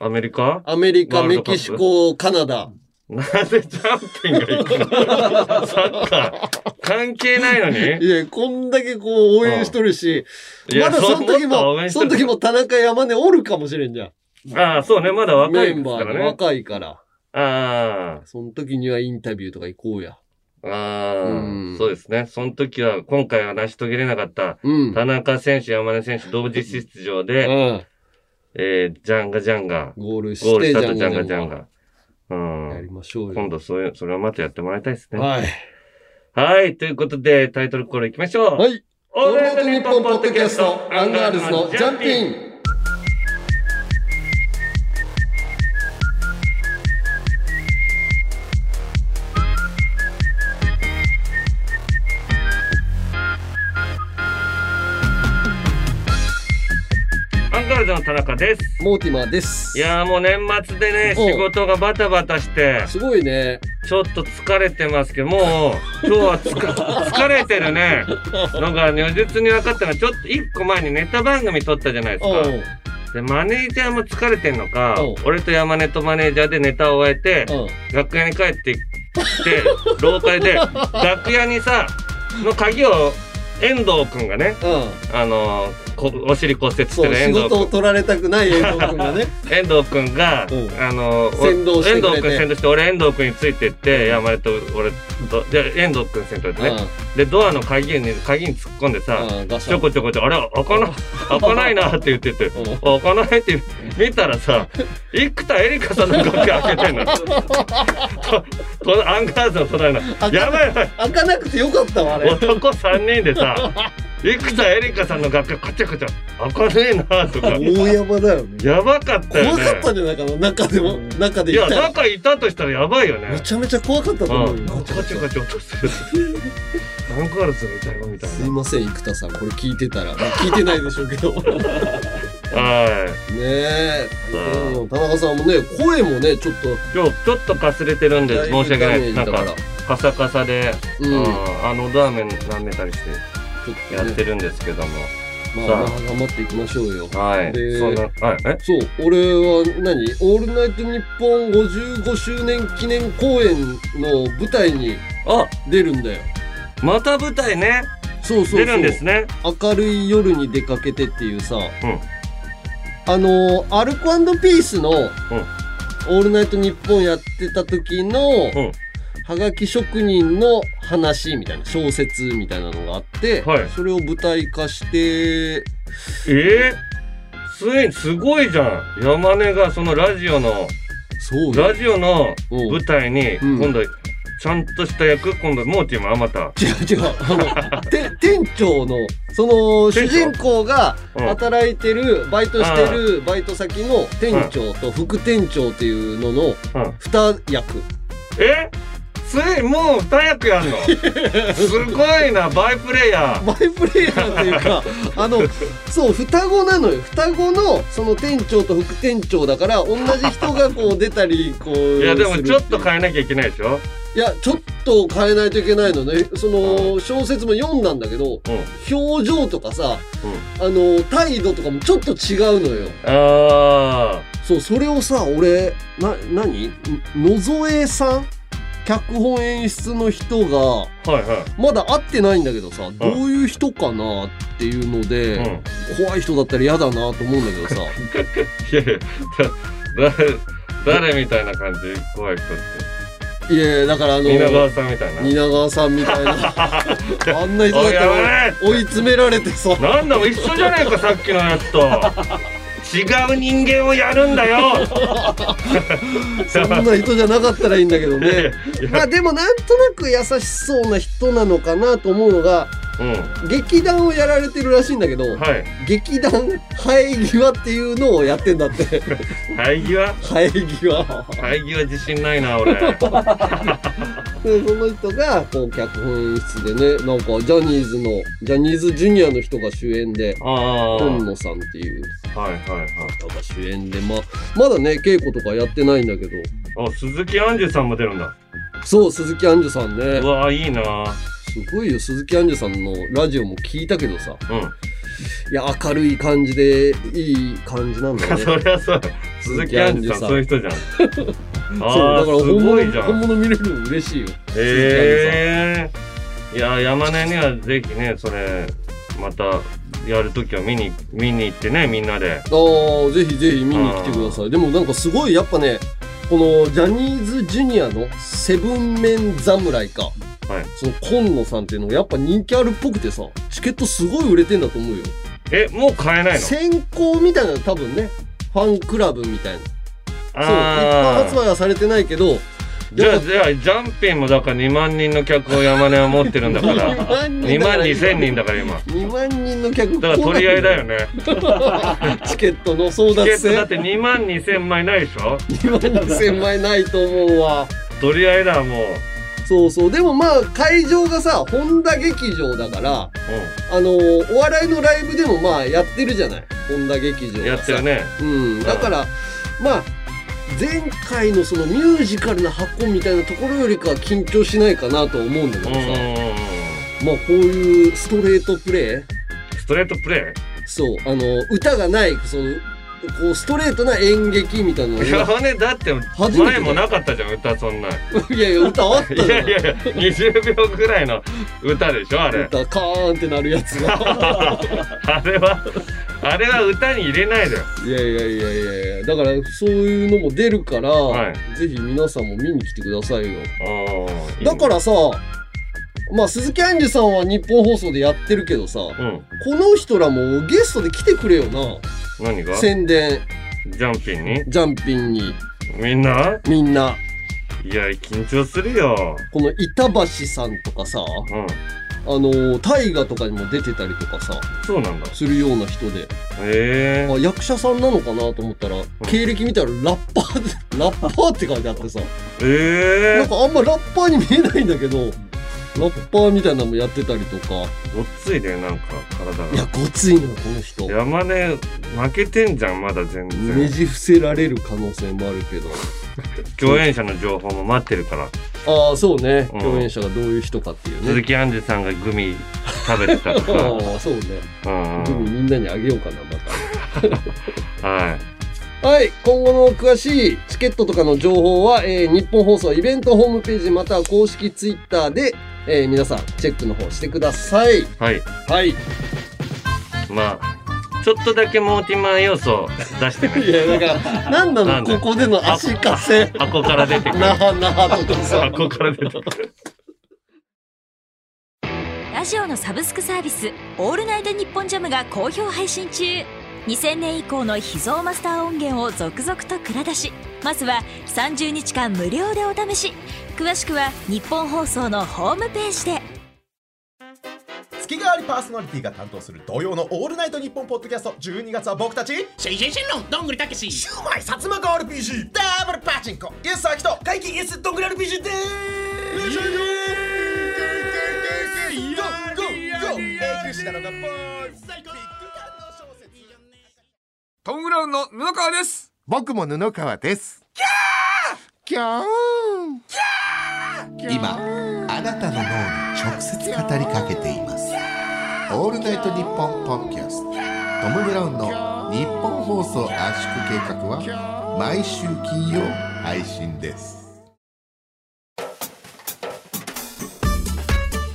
Speaker 1: アメリカ
Speaker 2: アメリカ、
Speaker 1: ワール
Speaker 2: メ
Speaker 1: ドカップ
Speaker 2: キシコ、カナダ。
Speaker 1: なぜジャンピンが行く
Speaker 2: (laughs)
Speaker 1: のサッカー。関係ないのに
Speaker 2: いや、こんだけこう応援しとるし、
Speaker 1: いや
Speaker 2: まだその時
Speaker 1: もっと応
Speaker 2: も、
Speaker 1: 援し
Speaker 2: そ
Speaker 1: て
Speaker 2: の
Speaker 1: る
Speaker 2: 時も田中山根おるかもしれんじゃん。
Speaker 1: ああ、そうね。まだ若い
Speaker 2: メ
Speaker 1: です
Speaker 2: ンバ
Speaker 1: か
Speaker 2: ー
Speaker 1: ら
Speaker 2: の
Speaker 1: ね。
Speaker 2: 若いから。
Speaker 1: あ
Speaker 2: その時にはインタビューとか行こうや。
Speaker 1: あ。ああ、
Speaker 2: うん
Speaker 1: そうですね。その時は、今回は成し遂げれなかった、
Speaker 2: うん。
Speaker 1: 田中選手、山根選手、同時出場
Speaker 2: う
Speaker 1: で、
Speaker 2: ん。
Speaker 1: えー、ジャンガジャンガ、
Speaker 2: ゴールし
Speaker 1: ゴール
Speaker 2: て、
Speaker 1: した
Speaker 2: じゃ
Speaker 1: と
Speaker 2: ん
Speaker 1: ジャンガ
Speaker 2: が
Speaker 1: ジャンガ。う
Speaker 2: やり
Speaker 1: ん。
Speaker 2: ましょう
Speaker 1: 今
Speaker 2: よ。
Speaker 1: 度、そういう、それはまたやってもらいたいですね。
Speaker 2: はい。
Speaker 1: はい。ということで、タイトルコール行きましょう。
Speaker 2: はい。
Speaker 1: オールナイ
Speaker 2: ー
Speaker 1: トニッポンポッドキャスト、
Speaker 2: ア
Speaker 1: ア
Speaker 2: ン
Speaker 1: ン
Speaker 2: ガ
Speaker 1: ガ
Speaker 2: ー
Speaker 1: ー
Speaker 2: ル
Speaker 1: ル
Speaker 2: ズ
Speaker 1: ズ
Speaker 2: の
Speaker 1: の
Speaker 2: ジ
Speaker 1: ジ
Speaker 2: ャ
Speaker 1: ャ
Speaker 2: ン
Speaker 1: ン
Speaker 2: ピ
Speaker 1: ピ
Speaker 2: ン。
Speaker 1: アンガールズの田中です。
Speaker 2: モーティマーです。
Speaker 1: いやーもう年末でね、
Speaker 2: うん
Speaker 1: 仕事がバタバタして、
Speaker 2: すごいね。
Speaker 1: ちょっと疲れてますけど、もう、今日はつか疲れてる (laughs) ね、のが如実に分かったのは、ちょっと一個前にネタ番組撮ったじゃないで
Speaker 2: うん。
Speaker 1: すか。で、マネージャーも疲れてんのか
Speaker 2: うん、
Speaker 1: 俺と山根とマネージャーでネタを終えて、
Speaker 2: うん。
Speaker 1: 楽屋に帰ってきて、 (laughs) 廊下で、楽屋にさ、の鍵を、遠藤くんがね、
Speaker 2: うん。
Speaker 1: あのーこお尻骨折して
Speaker 2: そう、
Speaker 1: る
Speaker 2: 仕
Speaker 1: 遠藤くん
Speaker 2: 事を取られたくない遠藤君がね。
Speaker 1: 遠藤くんが、
Speaker 2: うん
Speaker 1: あのお
Speaker 2: 先導し
Speaker 1: 遠
Speaker 2: てくれて
Speaker 1: 藤くん先導して俺遠藤くんについてって山根と俺とで遠藤くん先導でね、でドアの鍵に鍵に突っ込んでさ、
Speaker 2: うん。うん。ガシ
Speaker 1: ち
Speaker 2: ャ
Speaker 1: ょ
Speaker 2: ン。
Speaker 1: こちょこちょこあれ開かな開かないなって言ってて。
Speaker 2: うん
Speaker 1: あ開かないって見たらさ生田絵梨花さんの楽器開けてん
Speaker 2: (laughs)
Speaker 1: のとこのアンガールズの隣の
Speaker 2: 開
Speaker 1: や
Speaker 2: か
Speaker 1: ばいやばい
Speaker 2: 開かなくてよかったわ、あれ。
Speaker 1: 男3人でさ生田絵梨花さんの楽器カチャカチャ開かねえなとか
Speaker 2: 大山だよね。
Speaker 1: やばかったよ
Speaker 2: 怖
Speaker 1: ね
Speaker 2: かったんじゃないかな、中でも、中で
Speaker 1: い
Speaker 2: い
Speaker 1: や、
Speaker 2: たら。
Speaker 1: 中いたとしたらやばいよ
Speaker 2: め
Speaker 1: ね。
Speaker 2: ちゃめちゃ怖かったと思
Speaker 1: う。
Speaker 2: うんよ。
Speaker 1: ガチャガチャガチャ落とする。アンガールズみたいなみたい
Speaker 2: すいません、生田さん、これ聞いてたら。まあ聞いてないでしょうけ
Speaker 1: (laughs)
Speaker 2: ど。ね
Speaker 1: な。はい。
Speaker 2: え。
Speaker 1: うん
Speaker 2: うん田中さんもね、声もね、ちょっと。
Speaker 1: 今日ちょっとかすれてるんで申し訳ないです。なん
Speaker 2: だいぶダメージ
Speaker 1: か
Speaker 2: だか
Speaker 1: カサカサで、
Speaker 2: ら。う。
Speaker 1: うんん
Speaker 2: ちょ
Speaker 1: あのドアメ舐めたりして
Speaker 2: っと
Speaker 1: やっ
Speaker 2: ね
Speaker 1: てるんですけども。
Speaker 2: まあ
Speaker 1: さあ
Speaker 2: まあ頑張っていきましょうよ。
Speaker 1: はい。
Speaker 2: で
Speaker 1: そんな、はい。え
Speaker 2: そう、俺は何オールナイトニッポン55周年記念公演の舞台に
Speaker 1: あ
Speaker 2: 出るんだよ。
Speaker 1: また舞台ね。
Speaker 2: そうそうそう
Speaker 1: 出るんですね。
Speaker 2: 明るい夜に出かけてっていうさ、
Speaker 1: ん
Speaker 2: あのーアルコピースの、オールナイトニッポンやってた時の、
Speaker 1: ん
Speaker 2: はがき職人の話みたいな小説みたいなのがあって、
Speaker 1: はい
Speaker 2: それを舞台化して
Speaker 1: えーすごい、すごいじゃん。山根がそのラジオの、
Speaker 2: そうよ
Speaker 1: ラジオの
Speaker 2: うん
Speaker 1: 舞台に、
Speaker 2: うん
Speaker 1: 今度、ちゃんとした役、今度、モーティもあまた。
Speaker 2: 違う違う。あの、て、店長の、その、主
Speaker 1: 店長
Speaker 2: 人公が
Speaker 1: うん
Speaker 2: 働いてる、バイトしてる、バイト先の店長と副店長っていうのの
Speaker 1: うん
Speaker 2: 二役。
Speaker 1: えついもう二役やん
Speaker 2: (laughs)
Speaker 1: のすごいなバイプレイヤー
Speaker 2: バイプレイヤーっていうか、あの、そう、双子なのよ。双子の、その店長と副店長だから、同じ人がこう出たり、こう。
Speaker 1: いやでもちょっと変
Speaker 2: 変え。
Speaker 1: えなきゃいけないでしょ
Speaker 2: いや、ちょっと変えないといけないのね。その、小説も読んだんだけど、
Speaker 1: うん
Speaker 2: 表情とかさ、あの、態度とかもちょっと違うのよ。
Speaker 1: あ
Speaker 2: そう、それをさ、俺、な、なに野添さん脚本演出の人が、
Speaker 1: あはいは
Speaker 2: まだ会ってないんだけどさ、どういう人かなっていうの
Speaker 1: い、
Speaker 2: で、
Speaker 1: うん、い
Speaker 2: 怖い人だったら嫌だなと思うんだけど (laughs) さ、
Speaker 1: やいやだだ (laughs) 誰みたいな感じ怖い人って
Speaker 2: いやいやだからあの、
Speaker 1: 蜷川さんみたいな
Speaker 2: 蜷川さんみ (laughs) たいな、あんな人だ
Speaker 1: お
Speaker 2: っ
Speaker 1: い
Speaker 2: たら
Speaker 1: や
Speaker 2: 追い詰められて
Speaker 1: ば
Speaker 2: さ、
Speaker 1: いなんだもう一緒じゃないかさっきのやつと違う人間をやるんだよ
Speaker 2: そんな人じゃなかったらいいんだけど
Speaker 1: いや (laughs) いや
Speaker 2: ね。まあでもなんとなく優しそうな人なのかなと思うのが、
Speaker 1: うん
Speaker 2: 劇団をやられてるらしいんだけど、
Speaker 1: はい
Speaker 2: 劇団生え際っていうのをやってんだ
Speaker 1: (laughs)
Speaker 2: って。
Speaker 1: 生え際
Speaker 2: 生え際。
Speaker 1: 生え際自信ないな俺は
Speaker 2: でその人がこう脚本演出でねなんかジャニーズのジャニーズジュニアの人が主演で
Speaker 1: ああはい
Speaker 2: 本野さんっていう
Speaker 1: はいはい
Speaker 2: 人が主演でまあまだね稽古とかやってないんだけど
Speaker 1: あ鈴木杏樹さんも出るんだ
Speaker 2: そう鈴木杏樹さんね
Speaker 1: うわいいな
Speaker 2: すごいよ鈴木杏樹さんのラジオも聞いたけどさ
Speaker 1: うん
Speaker 2: いや明るい感じでいい感じなんだよ
Speaker 1: (laughs)
Speaker 2: ね
Speaker 1: そりゃそう鈴木杏樹さん (laughs) そういう人じゃん
Speaker 2: そ
Speaker 1: あ
Speaker 2: うだ
Speaker 1: あ
Speaker 2: から
Speaker 1: す
Speaker 2: 本
Speaker 1: ごいじ
Speaker 2: 物
Speaker 1: ゃん
Speaker 2: 本物見れるの嬉しいよ
Speaker 1: ええいや山根にはぜひねそれまたやるときは見に見に行ってねみんなで
Speaker 2: あーぜひぜひ見に来てくださいでもなんかすごいやっぱねこのジャニーズジュニアのセブンメン侍か、
Speaker 1: はい
Speaker 2: その今野さんっていうのがやっぱ人気あるっぽくてさチケットすごい売れてんだと思うよ
Speaker 1: えもう買えないの
Speaker 2: 先行みたいなの多分ねファンクラブみたいなそう一般
Speaker 1: あ
Speaker 2: 発
Speaker 1: あ
Speaker 2: 売はされてないけど
Speaker 1: じゃあじゃあジャンピンもだから2万人の客を山根は持ってるんだ (laughs) から2万2千人だから今
Speaker 2: 2万人の客
Speaker 1: だから取り合いだよね
Speaker 2: ね (laughs) チケットの争
Speaker 1: チケット
Speaker 2: 奪
Speaker 1: だっ
Speaker 2: 戦
Speaker 1: て2万2千枚ないでしょ
Speaker 2: 2万2000枚ないと思うわ
Speaker 1: 取り合いだもう
Speaker 2: そうそう。でもまあ、会場がさ、本田劇場だから、
Speaker 1: う
Speaker 2: あのーお笑いのライブでもまあ、やってるじゃない。本田劇
Speaker 1: ん
Speaker 2: 場がさ
Speaker 1: やってる。ね
Speaker 2: うん。だから、まあ、前回のそのミュージカルな箱みたいなところよりかは緊張しないかなと思うんだけ
Speaker 1: う
Speaker 2: ど
Speaker 1: ん
Speaker 2: さ、
Speaker 1: うんうん
Speaker 2: まあこういうストレートプレイ
Speaker 1: ストレートプレ
Speaker 2: そう、あのー歌がない、その、こうストレートな演劇みたいなの
Speaker 1: イいや
Speaker 2: が
Speaker 1: ねだって
Speaker 2: 初め
Speaker 1: (laughs) 前
Speaker 2: てだ
Speaker 1: もなかったじゃん歌そんなん
Speaker 2: いやいや歌あった
Speaker 1: い
Speaker 2: じゃん
Speaker 1: やいやいや20秒ぐらいの歌でしょあれ
Speaker 2: 歌カーンってなるやつが
Speaker 1: (laughs) あれはあれは歌に入れないでよ
Speaker 2: いやいやいやいやいやだからそういうのも出るから、
Speaker 1: は
Speaker 2: ぜひ皆さんも見に来てくださいよ
Speaker 1: うん
Speaker 2: だからさまあ鈴木杏樹さんは日本放送でやってるけどさこ
Speaker 1: うん
Speaker 2: の人らもゲストで来てくれよな
Speaker 1: 何が
Speaker 2: 宣伝
Speaker 1: ジャンピンに
Speaker 2: ジャンピンに
Speaker 1: みんな
Speaker 2: みんない
Speaker 1: や緊張するよ
Speaker 2: この板橋さんとかさあ
Speaker 1: うん
Speaker 2: の大河とかにも出てたりとかさ
Speaker 1: そうなんだ
Speaker 2: するような人で
Speaker 1: へえ
Speaker 2: あ役者さんなのかなと思ったら経歴見たらラッパー (laughs) ラッパーって書いてあってさ
Speaker 1: え
Speaker 2: な
Speaker 1: え
Speaker 2: んかあんまラッパーに見えないんだけど、ラッパーみたいなのもやってたりとか。
Speaker 1: ごっついでなんか体
Speaker 2: いや、
Speaker 1: が
Speaker 2: ごついのよこの人。
Speaker 1: 山根負けてんじゃんまだ全
Speaker 2: ね
Speaker 1: 然
Speaker 2: じ伏せられる可能性もあるけど。
Speaker 1: 共演者の情報も待ってるから
Speaker 2: ああ、そうね。
Speaker 1: うん
Speaker 2: 共演者がどういう人かっていう
Speaker 1: 鈴
Speaker 2: ね。
Speaker 1: 木杏樹さんがグミ食べてたとか
Speaker 2: (laughs) ああ、そうね。
Speaker 1: うん
Speaker 2: グ
Speaker 1: う
Speaker 2: ミ
Speaker 1: ん
Speaker 2: みんなにあげようかな、ま
Speaker 1: はい
Speaker 2: た。はい。今後の詳しいチケットとかの情報は、えー日本放送イベントホームページまたは公式ツイッターで、えー皆さんチェックの方してください。
Speaker 1: はい
Speaker 2: はい。い
Speaker 1: まあちょっとだけモーティマー要素出して (laughs) ね
Speaker 2: や、だから、なんな
Speaker 1: なん
Speaker 2: の
Speaker 1: で
Speaker 2: ここでの足かせ。
Speaker 1: 箱から出てくる
Speaker 2: なはなはとかさ。
Speaker 1: 箱から出てくる
Speaker 3: ラジオのサブスクサービス「オールナイトニッポンジャム」が好評配信中2000年以降の秘蔵マスター音源を続々と蔵出しまずは30日間無料でお試し詳しくは日本放送のホームページで
Speaker 4: 月替わりパーソナリティが担当する同様の「オールナイトニッポン」ポッドキャスト12月は僕たち
Speaker 5: シェイシェイシェンロンどんぐりたけし
Speaker 4: シュウマイ薩摩川 RPG ダブルパチンコイエスアキト怪奇イエスドングラ RPG でーすゴーゴーゴー永久士なのがボーイ最高ビッグ感動小説
Speaker 6: トム・ブラウンの布川です
Speaker 7: 僕も布川です。キャーキャー今、あなたの脳に直接語りかけています。オールナイトニッポンポッドキャスト、トム・ブラウンの日本放送圧縮計画は、毎週金曜配信です。
Speaker 1: 「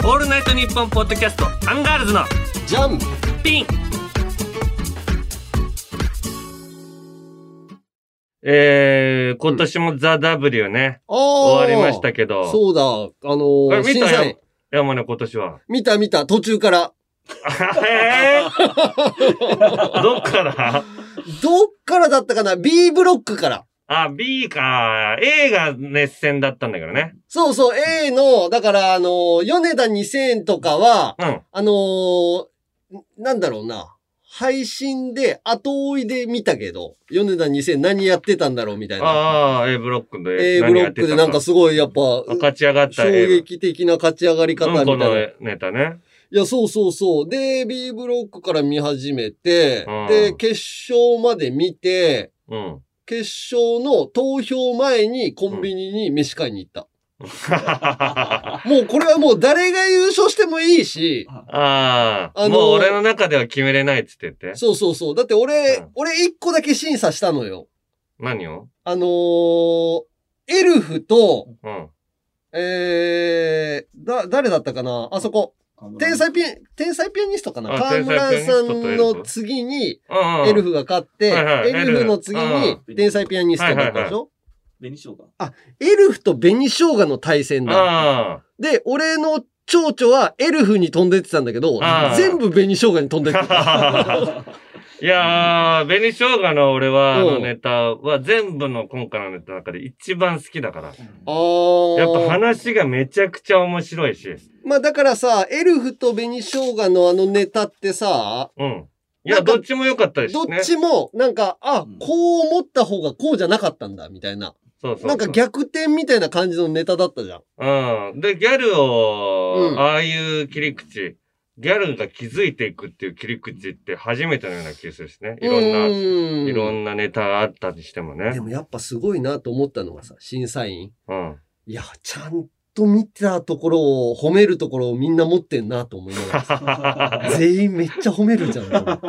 Speaker 1: オールナイトニッポン」ポッドキャストアンガールズの
Speaker 2: ジャン
Speaker 1: ピンえー、今年も「ザ・ w ね終
Speaker 2: 終
Speaker 1: わりましたけど
Speaker 2: そうだ、あの
Speaker 1: あれ
Speaker 2: ー、
Speaker 1: 見
Speaker 2: 審
Speaker 1: たよ
Speaker 2: 査員。
Speaker 1: 山根今年は
Speaker 2: 見た見た、途中から。
Speaker 1: (laughs) えー、どっから
Speaker 2: どっからだったかな ?B ブロックから。
Speaker 1: あ、B か。A が熱戦だったんだけどね。
Speaker 2: そうそう、A の、だから、あの、米田2000とかは、
Speaker 1: うん。
Speaker 2: あのーんなんだろうな。配信で後追いで見たけど、米田2000何やってたんだろうみたいな。
Speaker 1: ああ、A ブロックで
Speaker 2: A ブ
Speaker 1: 何
Speaker 2: ロ
Speaker 1: やっ
Speaker 2: ッ
Speaker 1: てた。
Speaker 2: クでなんかすごいやっぱ、
Speaker 1: 勝ち上がった
Speaker 2: 衝
Speaker 1: A
Speaker 2: 撃的な勝ち上がり方み
Speaker 1: うん
Speaker 2: た
Speaker 1: こ
Speaker 2: いな。
Speaker 1: の
Speaker 2: い
Speaker 1: ネタね。
Speaker 2: や、そうそうそう。で、B ブロックから見始めて
Speaker 1: う、ん
Speaker 2: で、決勝まで見て、
Speaker 1: うん。
Speaker 2: 決勝の投票前にコンビニに飯買いに行った。
Speaker 1: あ
Speaker 2: もうこれはもう誰が優勝してもいいし、
Speaker 1: あ、
Speaker 2: あのー
Speaker 1: もう俺の中では決めれないっつって言って。
Speaker 2: そうそうそう。だって俺、
Speaker 1: うん
Speaker 2: 俺一個だけ審査したのよ。
Speaker 1: 何を
Speaker 2: あのー、エルフと、
Speaker 1: うん。
Speaker 2: えー、だ、誰だったかなあそこ。天才ピア、天才ピアニストかな
Speaker 1: あ
Speaker 2: 川村
Speaker 1: 天才ピ
Speaker 2: さ
Speaker 1: アニストとエ
Speaker 2: ん
Speaker 1: ルフ
Speaker 2: の次に
Speaker 1: うんうん。
Speaker 2: エルフが勝って、
Speaker 1: はいはい
Speaker 2: エルフの次
Speaker 1: エ
Speaker 2: に
Speaker 1: ル
Speaker 5: フ
Speaker 2: 天才ピアニストだったでしょ、
Speaker 5: 紅しょうが。
Speaker 2: エルフと紅生姜の対戦だ。
Speaker 1: あ
Speaker 2: で、俺の蝶々はエルフに飛んでってたんだけど
Speaker 1: あ、ー
Speaker 2: 全部紅生姜に飛んでっ
Speaker 1: (laughs)
Speaker 2: てた。
Speaker 1: あ。いやー、紅生姜の俺は、あ
Speaker 2: うん
Speaker 1: のネタは全部の今回のネタの中で一番好きだから。
Speaker 2: あ
Speaker 1: やっぱ
Speaker 2: ー
Speaker 1: 話がめちゃくちゃ面白いし。
Speaker 2: まあだからさ、エルフと紅生姜のあのネタってさ、
Speaker 1: うん。いや、
Speaker 2: なんか
Speaker 1: どっちも良かったです
Speaker 2: どっ
Speaker 1: ね。
Speaker 2: ちもなんか、あ
Speaker 5: うん、
Speaker 2: こう思った方がこうじゃなかったんだ、みたいな。
Speaker 1: そうそうそう
Speaker 2: なんか逆転みたいな感じのネタだったじゃん。
Speaker 1: うん。で、ギャルを、
Speaker 2: うん
Speaker 1: ああいう切り口、ギャルが気づいていくっていう切り口って初めてのような気がするしね。いろんな、いろ
Speaker 2: な。
Speaker 1: んなネタがあったにしてもね
Speaker 2: で。もやっぱすごいなと思ったのがさ、審査員。
Speaker 1: うん。
Speaker 2: いや、ちゃんと見たところを褒めるところをみんな持ってんなと思いなが
Speaker 1: (laughs)
Speaker 2: ら。全員めっちゃ褒めるじゃんと思って。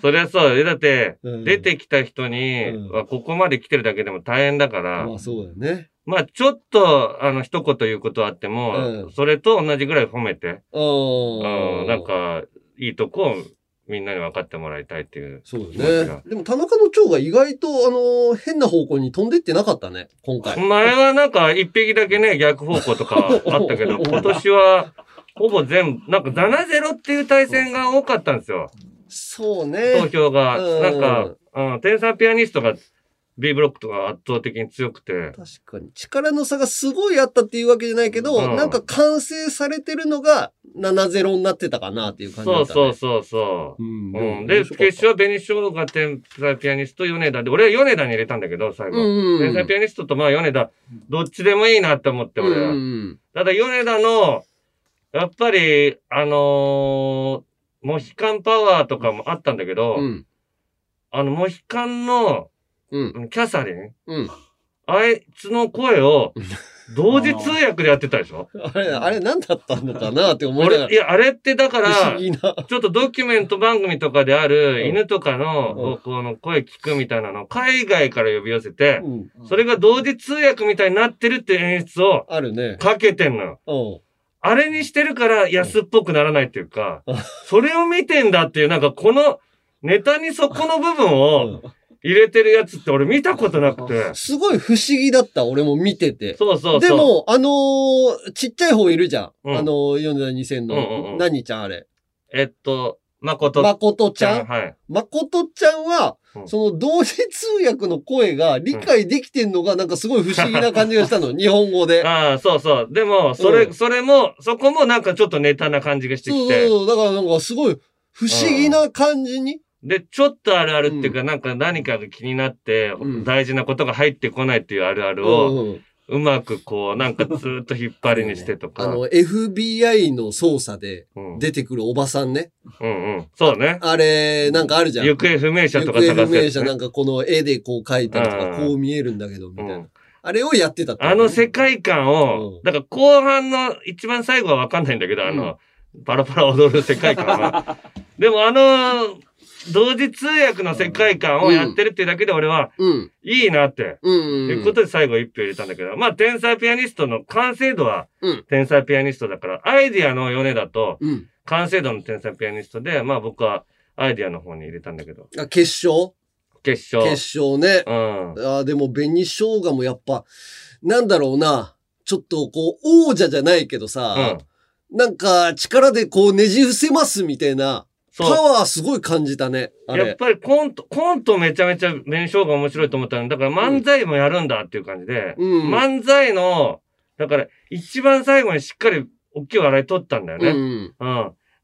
Speaker 1: そりゃそうよ。だって、 (laughs)
Speaker 2: うん
Speaker 1: 出てきた人に、
Speaker 2: うん
Speaker 1: はここまで来てるだけでも大変だから、
Speaker 2: まあそうだよね。
Speaker 1: まあちょっと、あの、一言言うことはあっても、
Speaker 2: うん
Speaker 1: それと同じぐらい褒めて、う
Speaker 2: う
Speaker 1: ん、なん。か、いいとこをみんなに分かってもらいたいっていう。
Speaker 2: そう
Speaker 1: 気持
Speaker 2: だ
Speaker 1: ち
Speaker 2: ね
Speaker 1: が。
Speaker 2: でも田中の蝶が意外と、あのー変な方向に飛んでってなかったね、今回。
Speaker 1: 前はなんか一匹だけね、逆方向と
Speaker 2: (laughs)
Speaker 1: かあったけど、今年はほぼ全部、なんか7-0っていう対戦が多かったんですよ。
Speaker 2: そう
Speaker 1: 投
Speaker 2: ね。
Speaker 1: 票が。
Speaker 2: うん
Speaker 1: なんか、うん、天才ピアニストが B ブロックとか圧倒的に強くて。
Speaker 2: 確かに。力の差がすごいあったっていうわけじゃないけど、
Speaker 1: うん
Speaker 2: なんか完成されてるのが7-0になってたかなっていう感じだ
Speaker 1: そ
Speaker 2: っ
Speaker 1: う
Speaker 2: た、ね。
Speaker 1: そうそうそう。
Speaker 2: うん。
Speaker 1: うん、で、決勝、紅生姜が天才ピアニスト、米田で、俺は米田に入れたんだけど、最
Speaker 2: うん
Speaker 1: 後。
Speaker 2: うんう
Speaker 1: 天
Speaker 2: ん。
Speaker 1: 才ピアニストとまあ米田、どっちでもいいなって思って、俺は
Speaker 2: うん。うん
Speaker 1: ただ、米田の、やっぱり、あのーモヒカンパワーとかもあったんだけど、
Speaker 2: うん。うん。
Speaker 1: あの、モヒカンの、
Speaker 2: うん。
Speaker 1: うんキャサリン
Speaker 2: うん。
Speaker 1: あいつの声を、同時通訳でやってたでしょ
Speaker 2: あれ、あれ何だったのかなって思いなが。
Speaker 1: 俺、いや、あれってだからら、
Speaker 2: 不思議な。
Speaker 1: ちょっとドキュメント番組とかである
Speaker 2: うん
Speaker 1: 犬とか
Speaker 2: うん
Speaker 1: の、この声聞くみたいなのを海外から呼び寄せて
Speaker 2: う、ん。
Speaker 1: それが同時通訳みたいになってるって演出を
Speaker 2: あるね。
Speaker 1: かけてんのよ。
Speaker 2: うん。
Speaker 1: あれにしてるから安っぽくならないっていうか、それを見てんだっていう、なんかこのネタにそこの部分を入れてるやつって俺見たことなくて。
Speaker 2: すごい不思議だった、俺も見てて。
Speaker 1: そうそうそう。
Speaker 2: で、も、あのーちっちゃい方いるじゃん。
Speaker 1: うん
Speaker 2: あのー、米田2000の、
Speaker 1: うんうんうん
Speaker 2: 何ちゃんあれ。
Speaker 1: えっと、誠
Speaker 2: まことち
Speaker 1: ち
Speaker 2: ゃ
Speaker 1: ゃん。
Speaker 2: ん
Speaker 1: はい。
Speaker 2: まことちゃんは、
Speaker 1: うん
Speaker 2: その同時通訳の声が理解できてんのがなんかすごい不思議な感じがしたの。日本語
Speaker 1: (laughs)
Speaker 2: で。
Speaker 1: ああ、そうそう。でも、それ、
Speaker 2: うん
Speaker 1: それも、そこもなんかちょっとネタな感じがして
Speaker 2: そ
Speaker 1: き
Speaker 2: うそう
Speaker 1: て。
Speaker 2: そう。だからなんかすごい不思議な感じに。
Speaker 1: で、ちょっとあるあるっていうか、なんか何かが気になって
Speaker 2: うん、
Speaker 1: 大事なことが入ってこないっていうあるある
Speaker 2: う
Speaker 1: を、
Speaker 2: んうん
Speaker 1: うまくこう、なんかずーっと引っ張りにしてと
Speaker 2: あ
Speaker 1: か。
Speaker 2: の、FBI の捜査で
Speaker 1: うん
Speaker 2: 出てくるおばさんね。
Speaker 1: うんうん。そうね。
Speaker 2: あれ、なんかあるじゃん。
Speaker 1: 行方不明者とか
Speaker 2: 行方
Speaker 1: 探
Speaker 2: 不明者
Speaker 1: せ
Speaker 2: なんかこの絵でこう描いたりとか、
Speaker 1: うん
Speaker 2: こう見えるんだけど、みたいな。
Speaker 1: うん
Speaker 2: あれをやってたってこと
Speaker 1: あの世界観
Speaker 2: う
Speaker 1: を
Speaker 2: ん、
Speaker 1: だから後半の一番最後はわかんないんだけど、あの、パラパラ踊る世界観 (laughs) は。でもあの、同時通訳の世界観をやってるっていうだけで俺は、
Speaker 2: うん。
Speaker 1: いいなって。
Speaker 2: うん
Speaker 1: と
Speaker 2: うん。
Speaker 1: いううんことで最後一票入れたんだけど、まあ、天才ピアニストの完成度は
Speaker 2: うん、
Speaker 1: 天才ピアニストだから、アイディアの米だと、
Speaker 2: うん。
Speaker 1: 完成度の天才ピアニストで、まあ僕はアイディアの方に入れたんだけど、
Speaker 2: あ決勝
Speaker 1: 決勝。
Speaker 2: 決勝ね。
Speaker 1: うん。
Speaker 2: あーでも紅生姜もやっぱ、なんだろうな。ちょっとこう、王者じゃないけど
Speaker 1: う
Speaker 2: さ
Speaker 1: ん、。
Speaker 2: なんか力でこうねじ伏せますみたいなパ
Speaker 1: そう。
Speaker 2: ワーすごい感じたね。あ
Speaker 1: やっ
Speaker 2: れ。
Speaker 1: ぱりコント、コントめちゃめちゃ弁償が面白いと思ったのだから漫才もやるんだっていう感じで、
Speaker 2: うん
Speaker 1: 漫才の、だから一番最後にしっかり大きい笑い取ったんだよ
Speaker 2: う
Speaker 1: ね。
Speaker 2: ん。
Speaker 1: うん。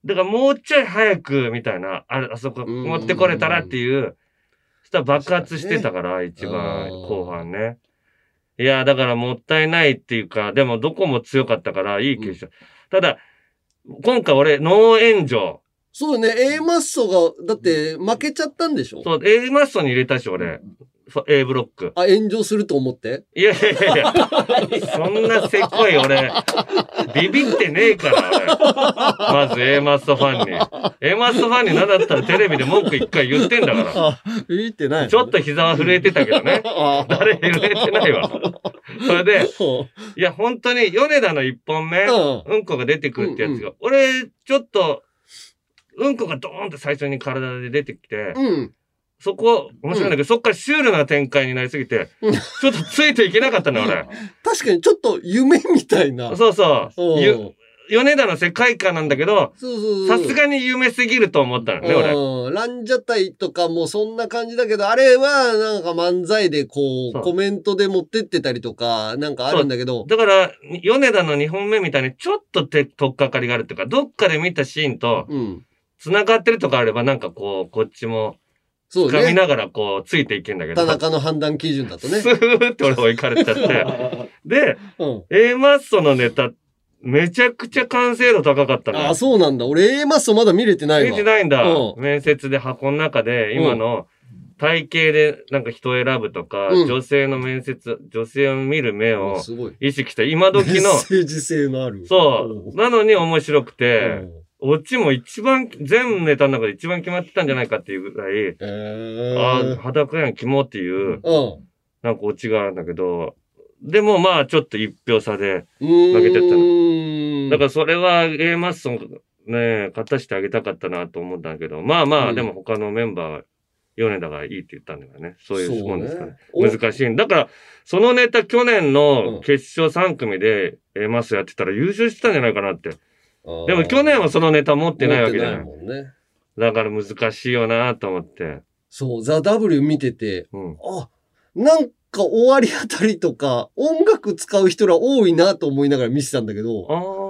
Speaker 1: だからもうちょい早くみたいな、あれあそこ
Speaker 2: うん
Speaker 1: 持ってこれたらっていう、そしたら爆発してたから、一番
Speaker 2: あー
Speaker 1: 後半ね。いや、だからもったいないっていうか、でもどこも強かったからいい決勝。ただ、今回俺、ノー援助。
Speaker 2: そうね、A マッソが、だって負けちゃったんでしょ
Speaker 1: そう、A マッソに入れたし、俺。そう A ブロック。
Speaker 2: あ、炎上すると思って
Speaker 1: いやいやいやいや、そんなせっこい俺、ビビってねえから、俺。まず A マッソファンに。A マッソファンになんだったらテレビで文句一回言ってんだか
Speaker 2: あ、ビビってない
Speaker 1: ら。ちょっと膝は震えてたけどね。
Speaker 2: あ
Speaker 1: 誰震えてないわ。それで、
Speaker 2: そう
Speaker 1: いや、本当に、米田の一本目、
Speaker 2: うん
Speaker 1: うんこが出てくるってやつが、俺、ちょっと、うんこがドーンと最初に体で出てきて、
Speaker 2: うん。
Speaker 1: そこ、面白いんだけど、そっからシュールな展開になりすぎて、
Speaker 2: うん
Speaker 1: ちょっとついていけなかったの、俺。
Speaker 2: 確かにちょっと夢みたいな。
Speaker 1: そうそう。ゆ
Speaker 2: ん
Speaker 1: 米田の世界観なんだけど、
Speaker 2: そうそうそう
Speaker 1: さすがに有名すぎると思ったのね、俺。
Speaker 2: うん、ランジャタイとかもそんな感じだけど、あれはなんか漫才でこ
Speaker 1: そう
Speaker 2: う、コメントで持ってってたりとか、なんかあるんだけど、
Speaker 1: だから、米田の2本目みたいにちょっと手、とっかかりがあるっていうか、どっかで見たシーンと
Speaker 2: うん。
Speaker 1: 繋がってるとかあれば、なんかこう、こっちも
Speaker 2: そう
Speaker 1: 掴み
Speaker 2: ね。
Speaker 1: ながらこう、ついていけんだけど、
Speaker 2: 田中の判断基準だとね
Speaker 1: ス。ーって俺追いかれちゃって。で、
Speaker 2: うん。
Speaker 1: A マッソのネタ、めちゃくちゃ完成度高かったのよ
Speaker 2: あ、そうなんだ。俺 A マッソまだ見れてない
Speaker 1: 見
Speaker 2: わ。
Speaker 1: てないんだ
Speaker 2: う。ん
Speaker 1: 面接で箱の中で、今の体型でなんか人を選ぶとか、
Speaker 2: うん
Speaker 1: 女性の面接、女性を見る目
Speaker 2: うん
Speaker 1: を
Speaker 2: すごい。
Speaker 1: 意識した今
Speaker 2: メッ
Speaker 1: 時の、
Speaker 2: セージ性のある。
Speaker 1: そう、なのに面白く
Speaker 2: うん。
Speaker 1: て、オチも一番、全ネタの中で一番決まってたんじゃないかっていうぐらい、
Speaker 2: え
Speaker 1: あ
Speaker 2: ー
Speaker 1: あ、裸やん、肝っていう、
Speaker 2: うん。
Speaker 1: なんかオチがあるんだけど、でもまあちょっと一票差で、
Speaker 2: 負
Speaker 1: けてったの
Speaker 2: の
Speaker 1: だからそれは A マッソンね、勝たしてあげたかったなと思ったんだけど、まあま
Speaker 2: う
Speaker 1: あ、
Speaker 2: ん
Speaker 1: でも他のメンバー、米田がいいって言ったんだからね。そういうもんですから、ね。
Speaker 2: そうねお
Speaker 1: 難しい。だから、そのネタ去年
Speaker 2: うん
Speaker 1: の決勝3組で A マッソやってたら優勝してたんじゃないかなって。でも去年はそのネタ持ってないわけじゃない。
Speaker 2: 持ってないもんね。
Speaker 1: だから難しいよなと思って。
Speaker 2: そう、ザ・ W 見てて、
Speaker 1: うん。
Speaker 2: あ、なんか終わりあたりとか、音楽使う人ら多いなと思いながら見てたんだけど、
Speaker 1: あ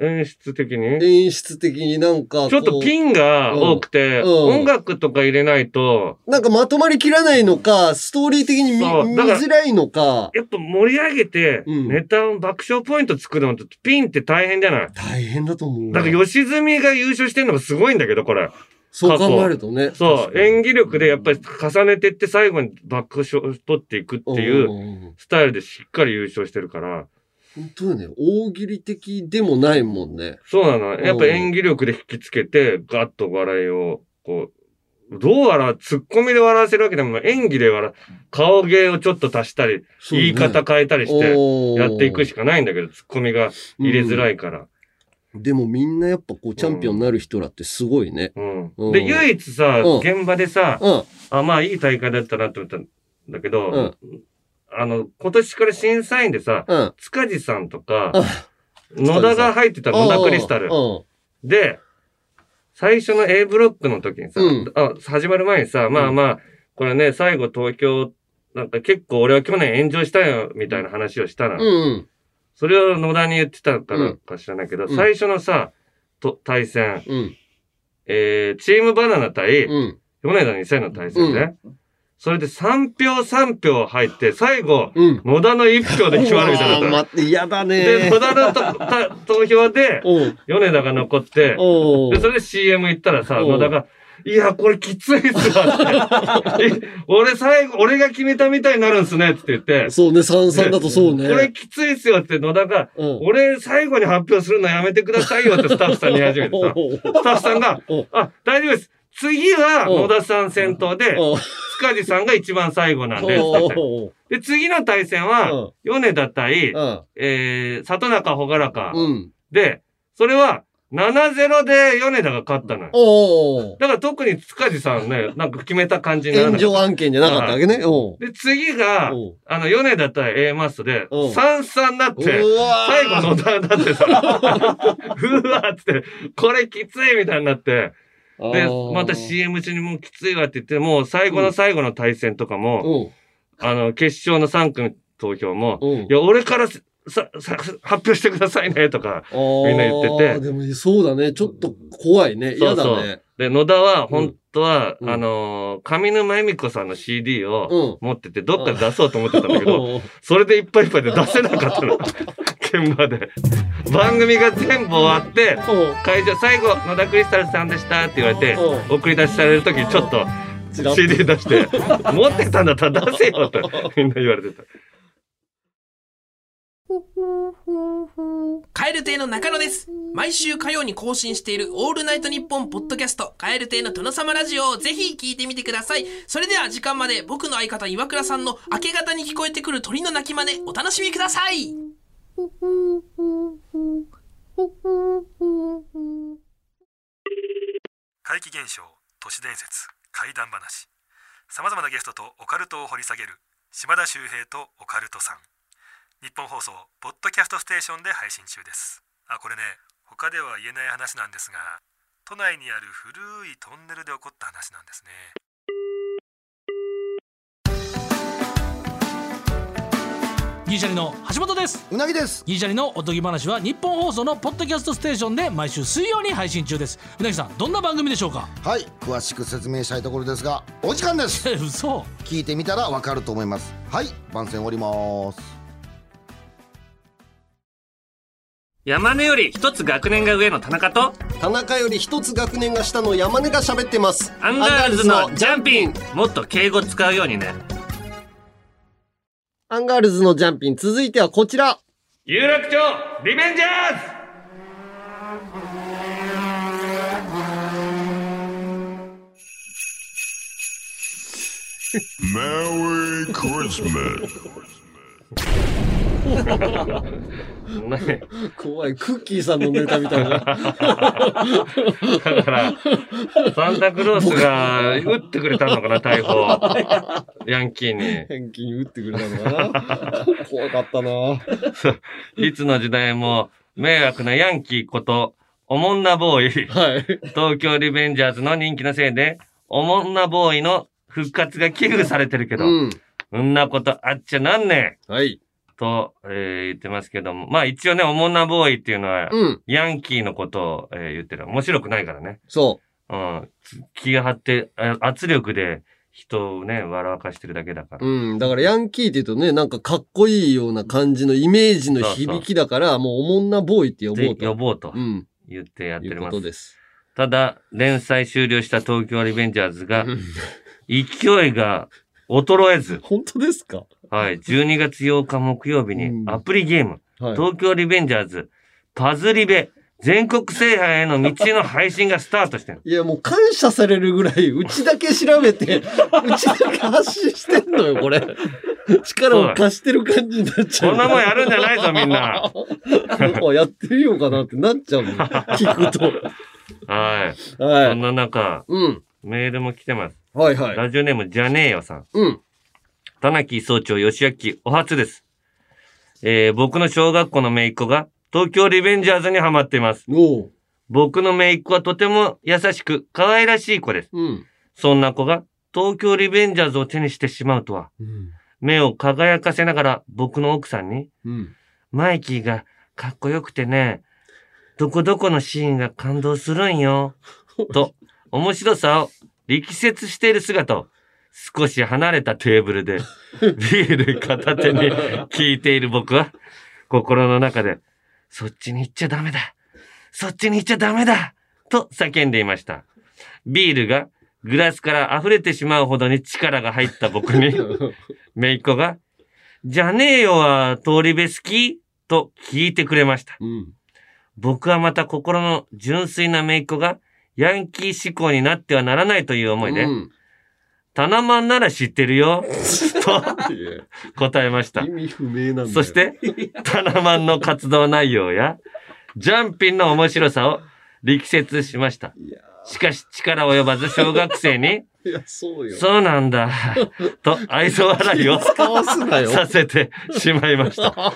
Speaker 1: あ、演出的に
Speaker 2: 演出的になんかこう、
Speaker 1: ちょっとピンが多くて、
Speaker 2: うんうん
Speaker 1: 音楽とか入れないと、
Speaker 2: なんかまとまりきらないのか、ストーリー的に見見
Speaker 1: そうだから
Speaker 2: づらいのか、
Speaker 1: やっぱ盛り上げて、
Speaker 2: うん
Speaker 1: ネタを爆笑ポイント作るのってピンって大変じゃない
Speaker 2: 大変だと思う。
Speaker 1: だから吉住が優勝してんのがすごいんだけど、これ。
Speaker 2: そう考えるとね。
Speaker 1: そう、演技力でやっぱり重ねてって最後に爆笑取っていくっていうんスタイルでしっかり優勝してるから、
Speaker 2: 本当よね。大喜利的でもないもんね。
Speaker 1: そうなの。やっぱ演技力で引きつけて、ガッと笑いを、こう、どう笑う、ツッコミで笑わせるわけでもない。演技で笑う、顔芸をちょっと足したり、
Speaker 2: そう
Speaker 1: 言い
Speaker 2: ね
Speaker 1: 方変えたりして、やっていく
Speaker 2: し
Speaker 1: しかないんだけど、ツッコミが入れづらいから。
Speaker 2: でもみんなやっぱこうチャンピオンになる人らってすごいね。
Speaker 1: う、
Speaker 2: うんん
Speaker 1: で、唯一さ、
Speaker 2: うん
Speaker 1: 現場でさ、
Speaker 2: うん。
Speaker 1: あ、まあいい大会だったなって思ったんだけど、
Speaker 2: うん
Speaker 1: あの、今年から審査員でさ、
Speaker 2: うん。
Speaker 1: 塚地さんとか
Speaker 2: うん、
Speaker 1: 野田が入ってた野田クリスタル
Speaker 2: う。ん。
Speaker 1: で、最初の A ブロックの時にさ、
Speaker 2: うん
Speaker 1: あ始まる前にさ、まあまあ、これね、最後東京、なんか結構俺は去年炎上したよ、みたいな話をしたら、
Speaker 2: うん。
Speaker 1: それを野田に言ってたからか知らないけど、
Speaker 2: うん
Speaker 1: 最初のさ、と対戦、
Speaker 2: うん。
Speaker 1: えー、チームバナナ対、
Speaker 2: うん。
Speaker 1: 米田2000の対戦ね。それで3票3票入って、最後、
Speaker 2: うん。
Speaker 1: 野田の1票で決まるみたいに
Speaker 2: う
Speaker 1: な
Speaker 2: わ
Speaker 1: った。
Speaker 2: ー待って、嫌だ
Speaker 1: で、
Speaker 2: ね
Speaker 1: 野。田のとた投票で、
Speaker 2: おう
Speaker 1: 米田が残って、
Speaker 2: おう
Speaker 1: で、それで CM 行ったらさ、
Speaker 2: うん
Speaker 1: 野田が、いや、これきついっすわって。
Speaker 2: (laughs)
Speaker 1: え俺最後、俺が決めたみたいになるんすねって言って、
Speaker 2: そうね、三三だとそうね。
Speaker 1: これきついっすよって野田が、
Speaker 2: うん、
Speaker 1: 俺最後に発表するのやめてくださいよってスタッフさんに言い始めて
Speaker 2: おう
Speaker 1: さ、スタッフさんが
Speaker 2: うん、
Speaker 1: あ、大丈夫です。次は野田さん先頭で、
Speaker 2: おう
Speaker 1: 塚地さんが一番最後なんで、
Speaker 2: おう
Speaker 1: って
Speaker 2: おう
Speaker 1: で、次の対戦は、米田対、えー、里中ほがらか
Speaker 2: うん。うん。
Speaker 1: で、それは7-0で米田が勝ったのよ。
Speaker 2: おう
Speaker 1: だから特に塚地さん
Speaker 2: (laughs)
Speaker 1: ね、なんか決めた感じになら
Speaker 2: 炎
Speaker 1: なかっ
Speaker 2: 上案件じゃなかったわけね。おう
Speaker 1: た。で、次が、
Speaker 2: おう
Speaker 1: あの、米田対 A マストで、
Speaker 2: うん
Speaker 1: 3-3になっ
Speaker 2: う
Speaker 1: て、
Speaker 2: わー
Speaker 1: 最
Speaker 2: (laughs)
Speaker 1: 後野田になってさ、うわーっつって、これきついみたいになって、で
Speaker 2: あー、
Speaker 1: また CM 中にもうきついわって言って、もう最後の最後の対戦とかも、
Speaker 2: うん。
Speaker 1: あの、決勝の3組投票も、
Speaker 2: うん。
Speaker 1: いや、俺からさささ発表してくださいね、とか。みんな言ってて
Speaker 2: あーでもそうだね。ちょっと怖いね。
Speaker 1: そ
Speaker 2: 嫌
Speaker 1: うそう
Speaker 2: だね。
Speaker 1: で、野田は、本当は、
Speaker 2: うん
Speaker 1: あのー上沼恵美子さんの CD を
Speaker 2: うん。
Speaker 1: 持ってて、どっかで出そうと思ってたんだけど、
Speaker 2: うん
Speaker 1: それでいっぱいいっぱいで出せなかったの。現場で。番組が全部終わって、会場最後野田クリスタルさんでしたって言われて
Speaker 2: う
Speaker 1: 送り出しされる時にちょっと
Speaker 2: ちらっと
Speaker 1: CD 出して持ってたんだったら出せよってみんな言われてた
Speaker 5: カエル亭の中野です。毎週火曜に更新しているオールナイトニッポンポッドキャスト、カエル亭の殿様ラジオをぜひ聞いてみてください。それでは時間まで僕の相方岩倉さんの明け方に聞こえてくる鳥の鳴き真似、お楽しみください。
Speaker 8: 怪奇現象都市伝説怪談話さまざまなゲストとオカルトを掘り下げる島田秀平とオカルトさん日本放送ポッドキャストステーションで配信中ですあこれね他では言えない話なんですが都内にある古いトンネルで起こった話なんですね
Speaker 9: 銀シャリの橋本です
Speaker 7: うなぎです
Speaker 9: 銀シャリのおとぎ話は日本放送のポッドキャストステーションで毎週水曜に配信中ですうなぎさんどんな番組でしょうか
Speaker 7: はい詳しく説明したいところですがお時間です
Speaker 9: え嘘
Speaker 7: 聞いてみたらわかると思いますはい番宣終わります
Speaker 10: 山根より一つ学年が上の田中と
Speaker 2: 田中より一つ学年が下の山根が喋ってます。
Speaker 10: アンガールズのジャンピンもっと敬語使うようにね
Speaker 2: アンガールズのジャンピン、続いてはこちら。
Speaker 1: 有楽町リベンジャーズね
Speaker 2: 怖い。クッキーさんのネタみたいな。
Speaker 1: だからサンタクロースが打ってくれたのかな大 (laughs) 砲ヤンキーに
Speaker 2: (laughs) 返金打ってくれたのかな怖かったない
Speaker 1: つの時代も迷惑なヤンキーことおもんなボーイ
Speaker 2: はい。
Speaker 1: 東京リベンジャーズの人気のせいで、おもんなボーイの復活が危惧されてるけど、うん、
Speaker 2: うん。
Speaker 1: んなことあっちゃなんね
Speaker 2: はい。
Speaker 1: んと、えー言ってますけども。まあ一応ね、おもんなボーイっていうのは、
Speaker 2: うん。
Speaker 1: ヤンキーのことを、えー言ってる。面白くないからね。
Speaker 2: そ
Speaker 1: うん。つ気が張って、あ圧力で人をね、笑わかしてるだけだから。
Speaker 2: う。うん。だからヤンキーって言うとね、なんかかっこいいような感じのイメージの響きだから、もうおもんなボーイって呼ぼ
Speaker 1: で
Speaker 2: う
Speaker 1: 呼
Speaker 2: と。
Speaker 1: ぼうと
Speaker 2: うん。
Speaker 1: 言ってやって
Speaker 2: いう
Speaker 1: ま
Speaker 2: こ
Speaker 1: す。
Speaker 2: とです。
Speaker 1: ただ、連載終了した東京リベンジャーズが
Speaker 2: う、ん
Speaker 1: 勢いが衰えず、
Speaker 2: 本当ですか
Speaker 1: はい、12月8日木曜日
Speaker 2: う
Speaker 1: に
Speaker 2: ん
Speaker 1: アプリゲーム、
Speaker 2: はい。。
Speaker 1: 東京リベンジャーズ、パズリベ、全国制覇への道の配信がスタートしてる
Speaker 2: いや、もう感謝されるぐらい、 (laughs) うちだけ調べて、うちだけ発信してんのよ、
Speaker 1: (laughs)
Speaker 2: これ。力を貸してる感じになっちゃう。
Speaker 1: こんなもんやるんじゃないぞ、みんな。
Speaker 2: (laughs) あやってみようかなってなっ
Speaker 1: (laughs)
Speaker 2: ちゃうもん。聞く
Speaker 1: はい。
Speaker 2: と。
Speaker 1: そ
Speaker 2: はい。
Speaker 1: んな中、
Speaker 2: うん。
Speaker 1: メールも来てます。
Speaker 2: はいはい。
Speaker 1: ラジオネーム、じゃねえよさん。
Speaker 2: うん。
Speaker 1: 田中総長、吉明、お初です。えー、僕の小学校の姪っ子が、東京リベンジャーズにハマっています。
Speaker 2: おう。
Speaker 1: 僕の姪っ子はとても優しく、可愛らしい子です。
Speaker 2: うん。
Speaker 1: そんな子が、東京リベンジャーズを手にしてしまうとは、
Speaker 2: うん。
Speaker 1: 目を輝かせながら僕の奥さんに、
Speaker 2: うん。
Speaker 1: マイキーがかっこよくてね、どこどこのシーンが感動するんよ、と、面白さを力説している姿を、少し離れたテーブルで、ビール片手に聞いている僕は、心の中で、そっちに行っちゃダメだそっちに行っちゃダメだと叫んでいました。ビールがグラスから溢れてしまうほどに力が入った僕
Speaker 2: (laughs)
Speaker 1: に、めいっ子が、じゃねえよは通り部好きと聞いてくれました。
Speaker 2: うん。
Speaker 1: 僕はまた心の純粋なめいっ子が、ヤンキー志向になってはならないという思いで、
Speaker 2: うん
Speaker 1: タナマンなら知ってるよ、
Speaker 2: (laughs)
Speaker 1: と
Speaker 2: いや
Speaker 1: 答えました
Speaker 2: 意。味不明なんだよ。
Speaker 1: そし、て、タナマンの活動内容や、ジャンピンの面白さを力説しました。
Speaker 2: いや
Speaker 1: しかし力及ばず小学生に、
Speaker 2: いや、そうよ。
Speaker 1: そうなんだ、と愛想笑いを
Speaker 2: 使わすなよ。
Speaker 1: させてしまいました。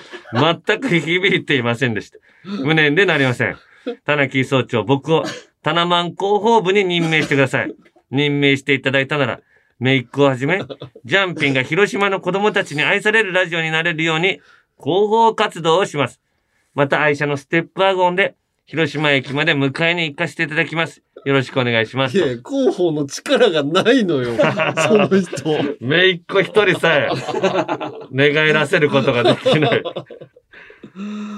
Speaker 1: 全く響いていませんでした。無念でなりません。田中総長、僕を、タナマン広報部に任命してください。任命していただいたなら、メイクをはじめ、ジャンピンが広島の子供たちに愛されるラジオになれるように、広報活動をします。また愛車のステップワゴンで、広島駅まで迎えに行かせていただきます。よろしくお願いします。
Speaker 2: いや、広報の力がないの
Speaker 1: (laughs)
Speaker 2: よ。その人。
Speaker 1: めいっ子一人さえ、寝返らせることができない。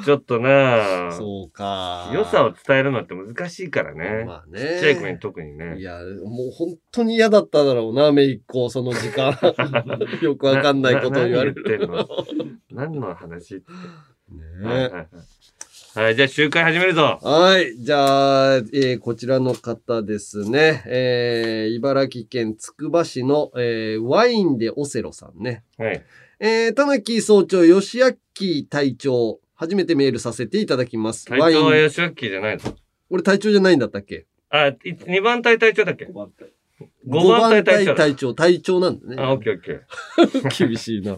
Speaker 1: ちょっとなあ
Speaker 2: そうか。
Speaker 1: 良さを伝えるのって難しいからね。
Speaker 2: まあね
Speaker 1: ちっちゃい子に特にね。
Speaker 2: いや、もう本当に嫌だっただろうな、めいっ子、その時
Speaker 1: (laughs)
Speaker 2: 間。よくわかんないことを言われ
Speaker 1: る。
Speaker 2: る。
Speaker 1: 何言ってんの何の話って。はいはい
Speaker 2: ね
Speaker 1: はいはい、じゃあ集会始めるぞ。
Speaker 2: はい。じゃあ、えーこちらの方ですね。えー茨城県つくば市の、えーワインでオセロさんね。
Speaker 1: はい。
Speaker 2: えー、田中総長、吉明隊長、初めてメールさせていただきます。
Speaker 1: 隊長は
Speaker 2: ワイン。
Speaker 1: 吉脇じゃないぞ。
Speaker 2: 俺隊長じゃないんだったっけ
Speaker 1: あ、い二番隊隊長だっけ五
Speaker 2: 五
Speaker 1: 番隊隊長だ。
Speaker 2: 隊長、隊長なんだね。
Speaker 1: あ、オッケーオッケー。
Speaker 2: 厳しいな。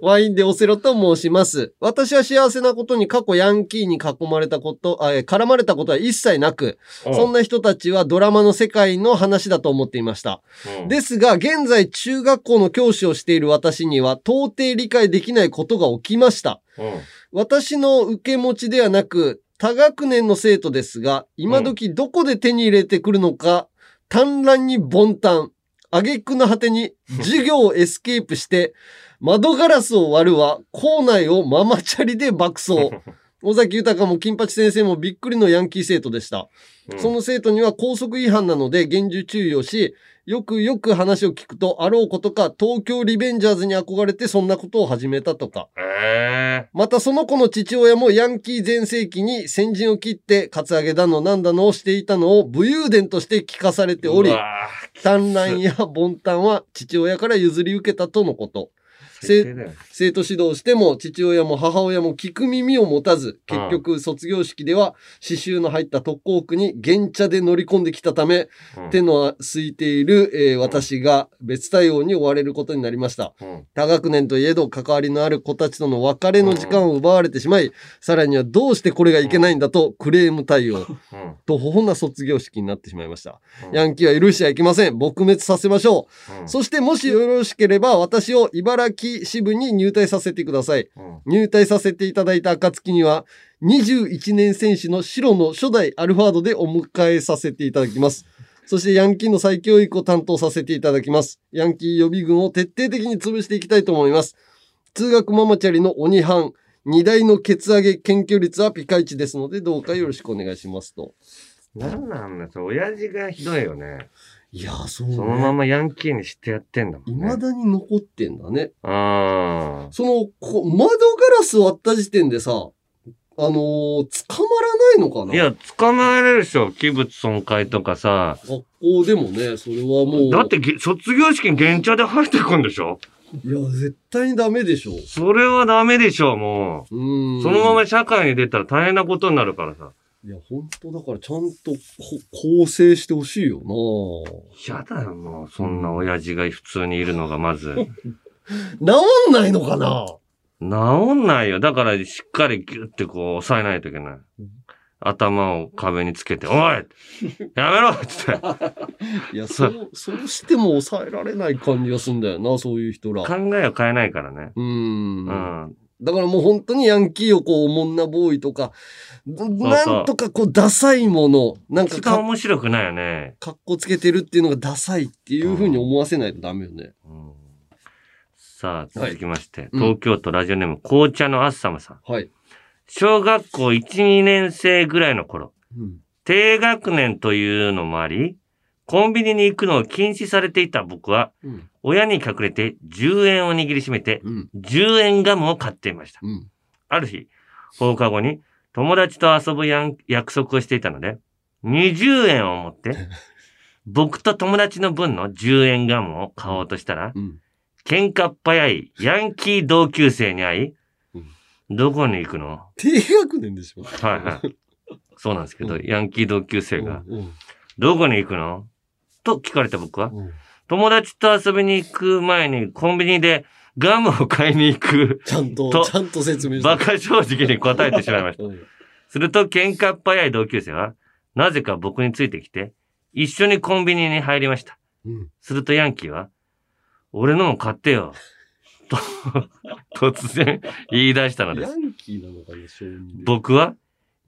Speaker 2: ワインでオセロと申します。私は幸せなことに過去ヤンキーに囲まれたこと、あえー絡まれたことは一切なく、
Speaker 1: おう
Speaker 2: そんな人たちはドラマの世界の話だと思っていました。
Speaker 1: うん
Speaker 2: ですが、現在中学校の教師をしている私には到底理解できないことが起きました。
Speaker 1: うん
Speaker 2: 私の受け持ちではなく、多学年の生徒ですが、今時どこで手に入れてくるのか、単乱に凡単、挙句の果てに授業をエスケープして、窓ガラスを割るは、校内をママチャリで爆
Speaker 1: (laughs)
Speaker 2: 走。尾崎豊も金八先生もびっくりのヤンキー生徒でした。
Speaker 1: うん
Speaker 2: その生徒には校則違反なので厳重注意をし、よくよく話を聞くと、あろうことか、東京リベンジャーズに憧れてそんなことを始めたとか。
Speaker 1: え
Speaker 2: またその子の父親もヤンキー全盛期に先陣を切って、カツアゲだのなんだのをしていたのを武勇伝として聞かされて
Speaker 1: ー。
Speaker 2: おり
Speaker 1: う、わ
Speaker 2: 単乱や凡単は父親から譲り受けたとのこと。
Speaker 1: ー最低だよ
Speaker 2: 生徒指導をしても父親も母親も聞く耳を持たず、結局卒業式では刺繍の入った特攻服に原茶で乗り込んできたため、
Speaker 1: うん
Speaker 2: 手の空いている、えー私が別対応に追われることになりました。
Speaker 1: うん
Speaker 2: 多学年といえど関わりのある子たちとの別れの時間を奪われてしまい、さらにはどうしてこれがいけないんだとクレーム対応
Speaker 1: うん
Speaker 2: とほほな卒業式になってしまいました。
Speaker 1: うん
Speaker 2: ヤンキーは許してはいけません。撲滅させましょう。
Speaker 1: うん
Speaker 2: そしてもしよろしければ私を茨城支部に入隊させてください。
Speaker 1: うん
Speaker 2: 入隊させていただいた暁には21年選手の白の初代アルファードでお迎えさせていただきます。 (laughs) そしてヤンキーの再教育を担当させていただきます。ヤンキー予備軍を徹底的に潰していきたいと思います。通学ママチャリの鬼班、荷台のケツ上げ検挙率はピカイチですので、どうかよろしくお願いしますと。
Speaker 1: なんなんだ、それ親父がひどいよね。
Speaker 2: いやー、そうね。
Speaker 1: そのままヤンキーにしてやってんだもんね。
Speaker 2: 未だに残ってんだね。
Speaker 1: ああ。
Speaker 2: その、こ窓ガラス割った時点でさ、あのー捕まらないのかない
Speaker 1: や、捕まえれるでしょ。器物損壊とかさ。
Speaker 2: 学校でもね、それはもう。
Speaker 1: だってげ、卒業式に原茶で入ってくんでしょ
Speaker 2: いや、絶対にダメでしょ。う
Speaker 1: それはダメでしょ、も
Speaker 2: ー
Speaker 1: う。
Speaker 2: ん。
Speaker 1: そのま。ま社会に出たら大変なことになるからさ。
Speaker 2: いや、本当だから、ちゃんとこ、構成してほしいよ
Speaker 1: 嫌だよ、もう。そんな親父が普通にいるのが、まず。
Speaker 2: な治んないのかな
Speaker 10: (laughs)
Speaker 1: 治んないよ。だから、しっかりギュってこう、押さえないといけない。頭を壁につけて、おいやめろっつって。
Speaker 2: いや、そう、そうしても抑えられない感じがすんだよな、そういう人ら。
Speaker 1: 考
Speaker 2: う
Speaker 1: えを変えないからね。
Speaker 2: ー。
Speaker 1: うんん。
Speaker 2: だからもう本当にヤンキーをこう、おもんなボーイとか、
Speaker 1: そう
Speaker 2: なんとかこう、ダサいもの、なんか
Speaker 1: 一番
Speaker 2: か、
Speaker 1: 面白くないよね。
Speaker 2: かっこつけてるっていうのがダサいっていうふうに思わせないとダメよね。
Speaker 1: うんさあ、
Speaker 2: はい
Speaker 1: 続きまして、
Speaker 2: うん
Speaker 1: 東京都ラジオネーム、紅茶のあっさまさん。
Speaker 2: はい。
Speaker 1: 小学校1、2年生ぐらいの頃、
Speaker 2: うん。
Speaker 1: 低学年というのもあり、コンビニに行くのを禁止されていた僕は、
Speaker 2: うん。
Speaker 1: 親に隠れて10円を握りしめて、
Speaker 2: うん。
Speaker 1: 10円ガムを買っていました。
Speaker 2: うん。
Speaker 1: ある日、放課後に友達と遊ぶやん約束をしていたので、20円を持って、
Speaker 2: (laughs)
Speaker 1: 僕と友達の分の10円ガムを買おうとしたら、
Speaker 2: うん。
Speaker 1: 喧嘩っ早いヤンキー同級生に会い
Speaker 2: うん、
Speaker 1: どこに行くの
Speaker 2: 低学年でしょ
Speaker 1: はいはい。
Speaker 2: (laughs)
Speaker 1: そうなんですけど、
Speaker 2: うん
Speaker 1: ヤンキー同級生が、
Speaker 2: うん
Speaker 1: どこに行くのと聞かれた僕は、
Speaker 2: うん
Speaker 1: 友達と遊びに行く前にコンビニでガムを買いに行く、
Speaker 2: (laughs) ちゃんと、
Speaker 1: と
Speaker 2: ちゃんと説明して。
Speaker 1: バカ正直に答えてしまいました。
Speaker 2: うん
Speaker 1: すると喧嘩っ早い同級生は、なぜか僕についてきて、一緒にコンビニに入りました。
Speaker 2: うん
Speaker 1: するとヤンキーは、俺のも買ってよ。と、 (laughs) 突然言い出したので
Speaker 2: ヤ
Speaker 1: す。
Speaker 2: ンキーなのかな、小児で。
Speaker 1: 僕は、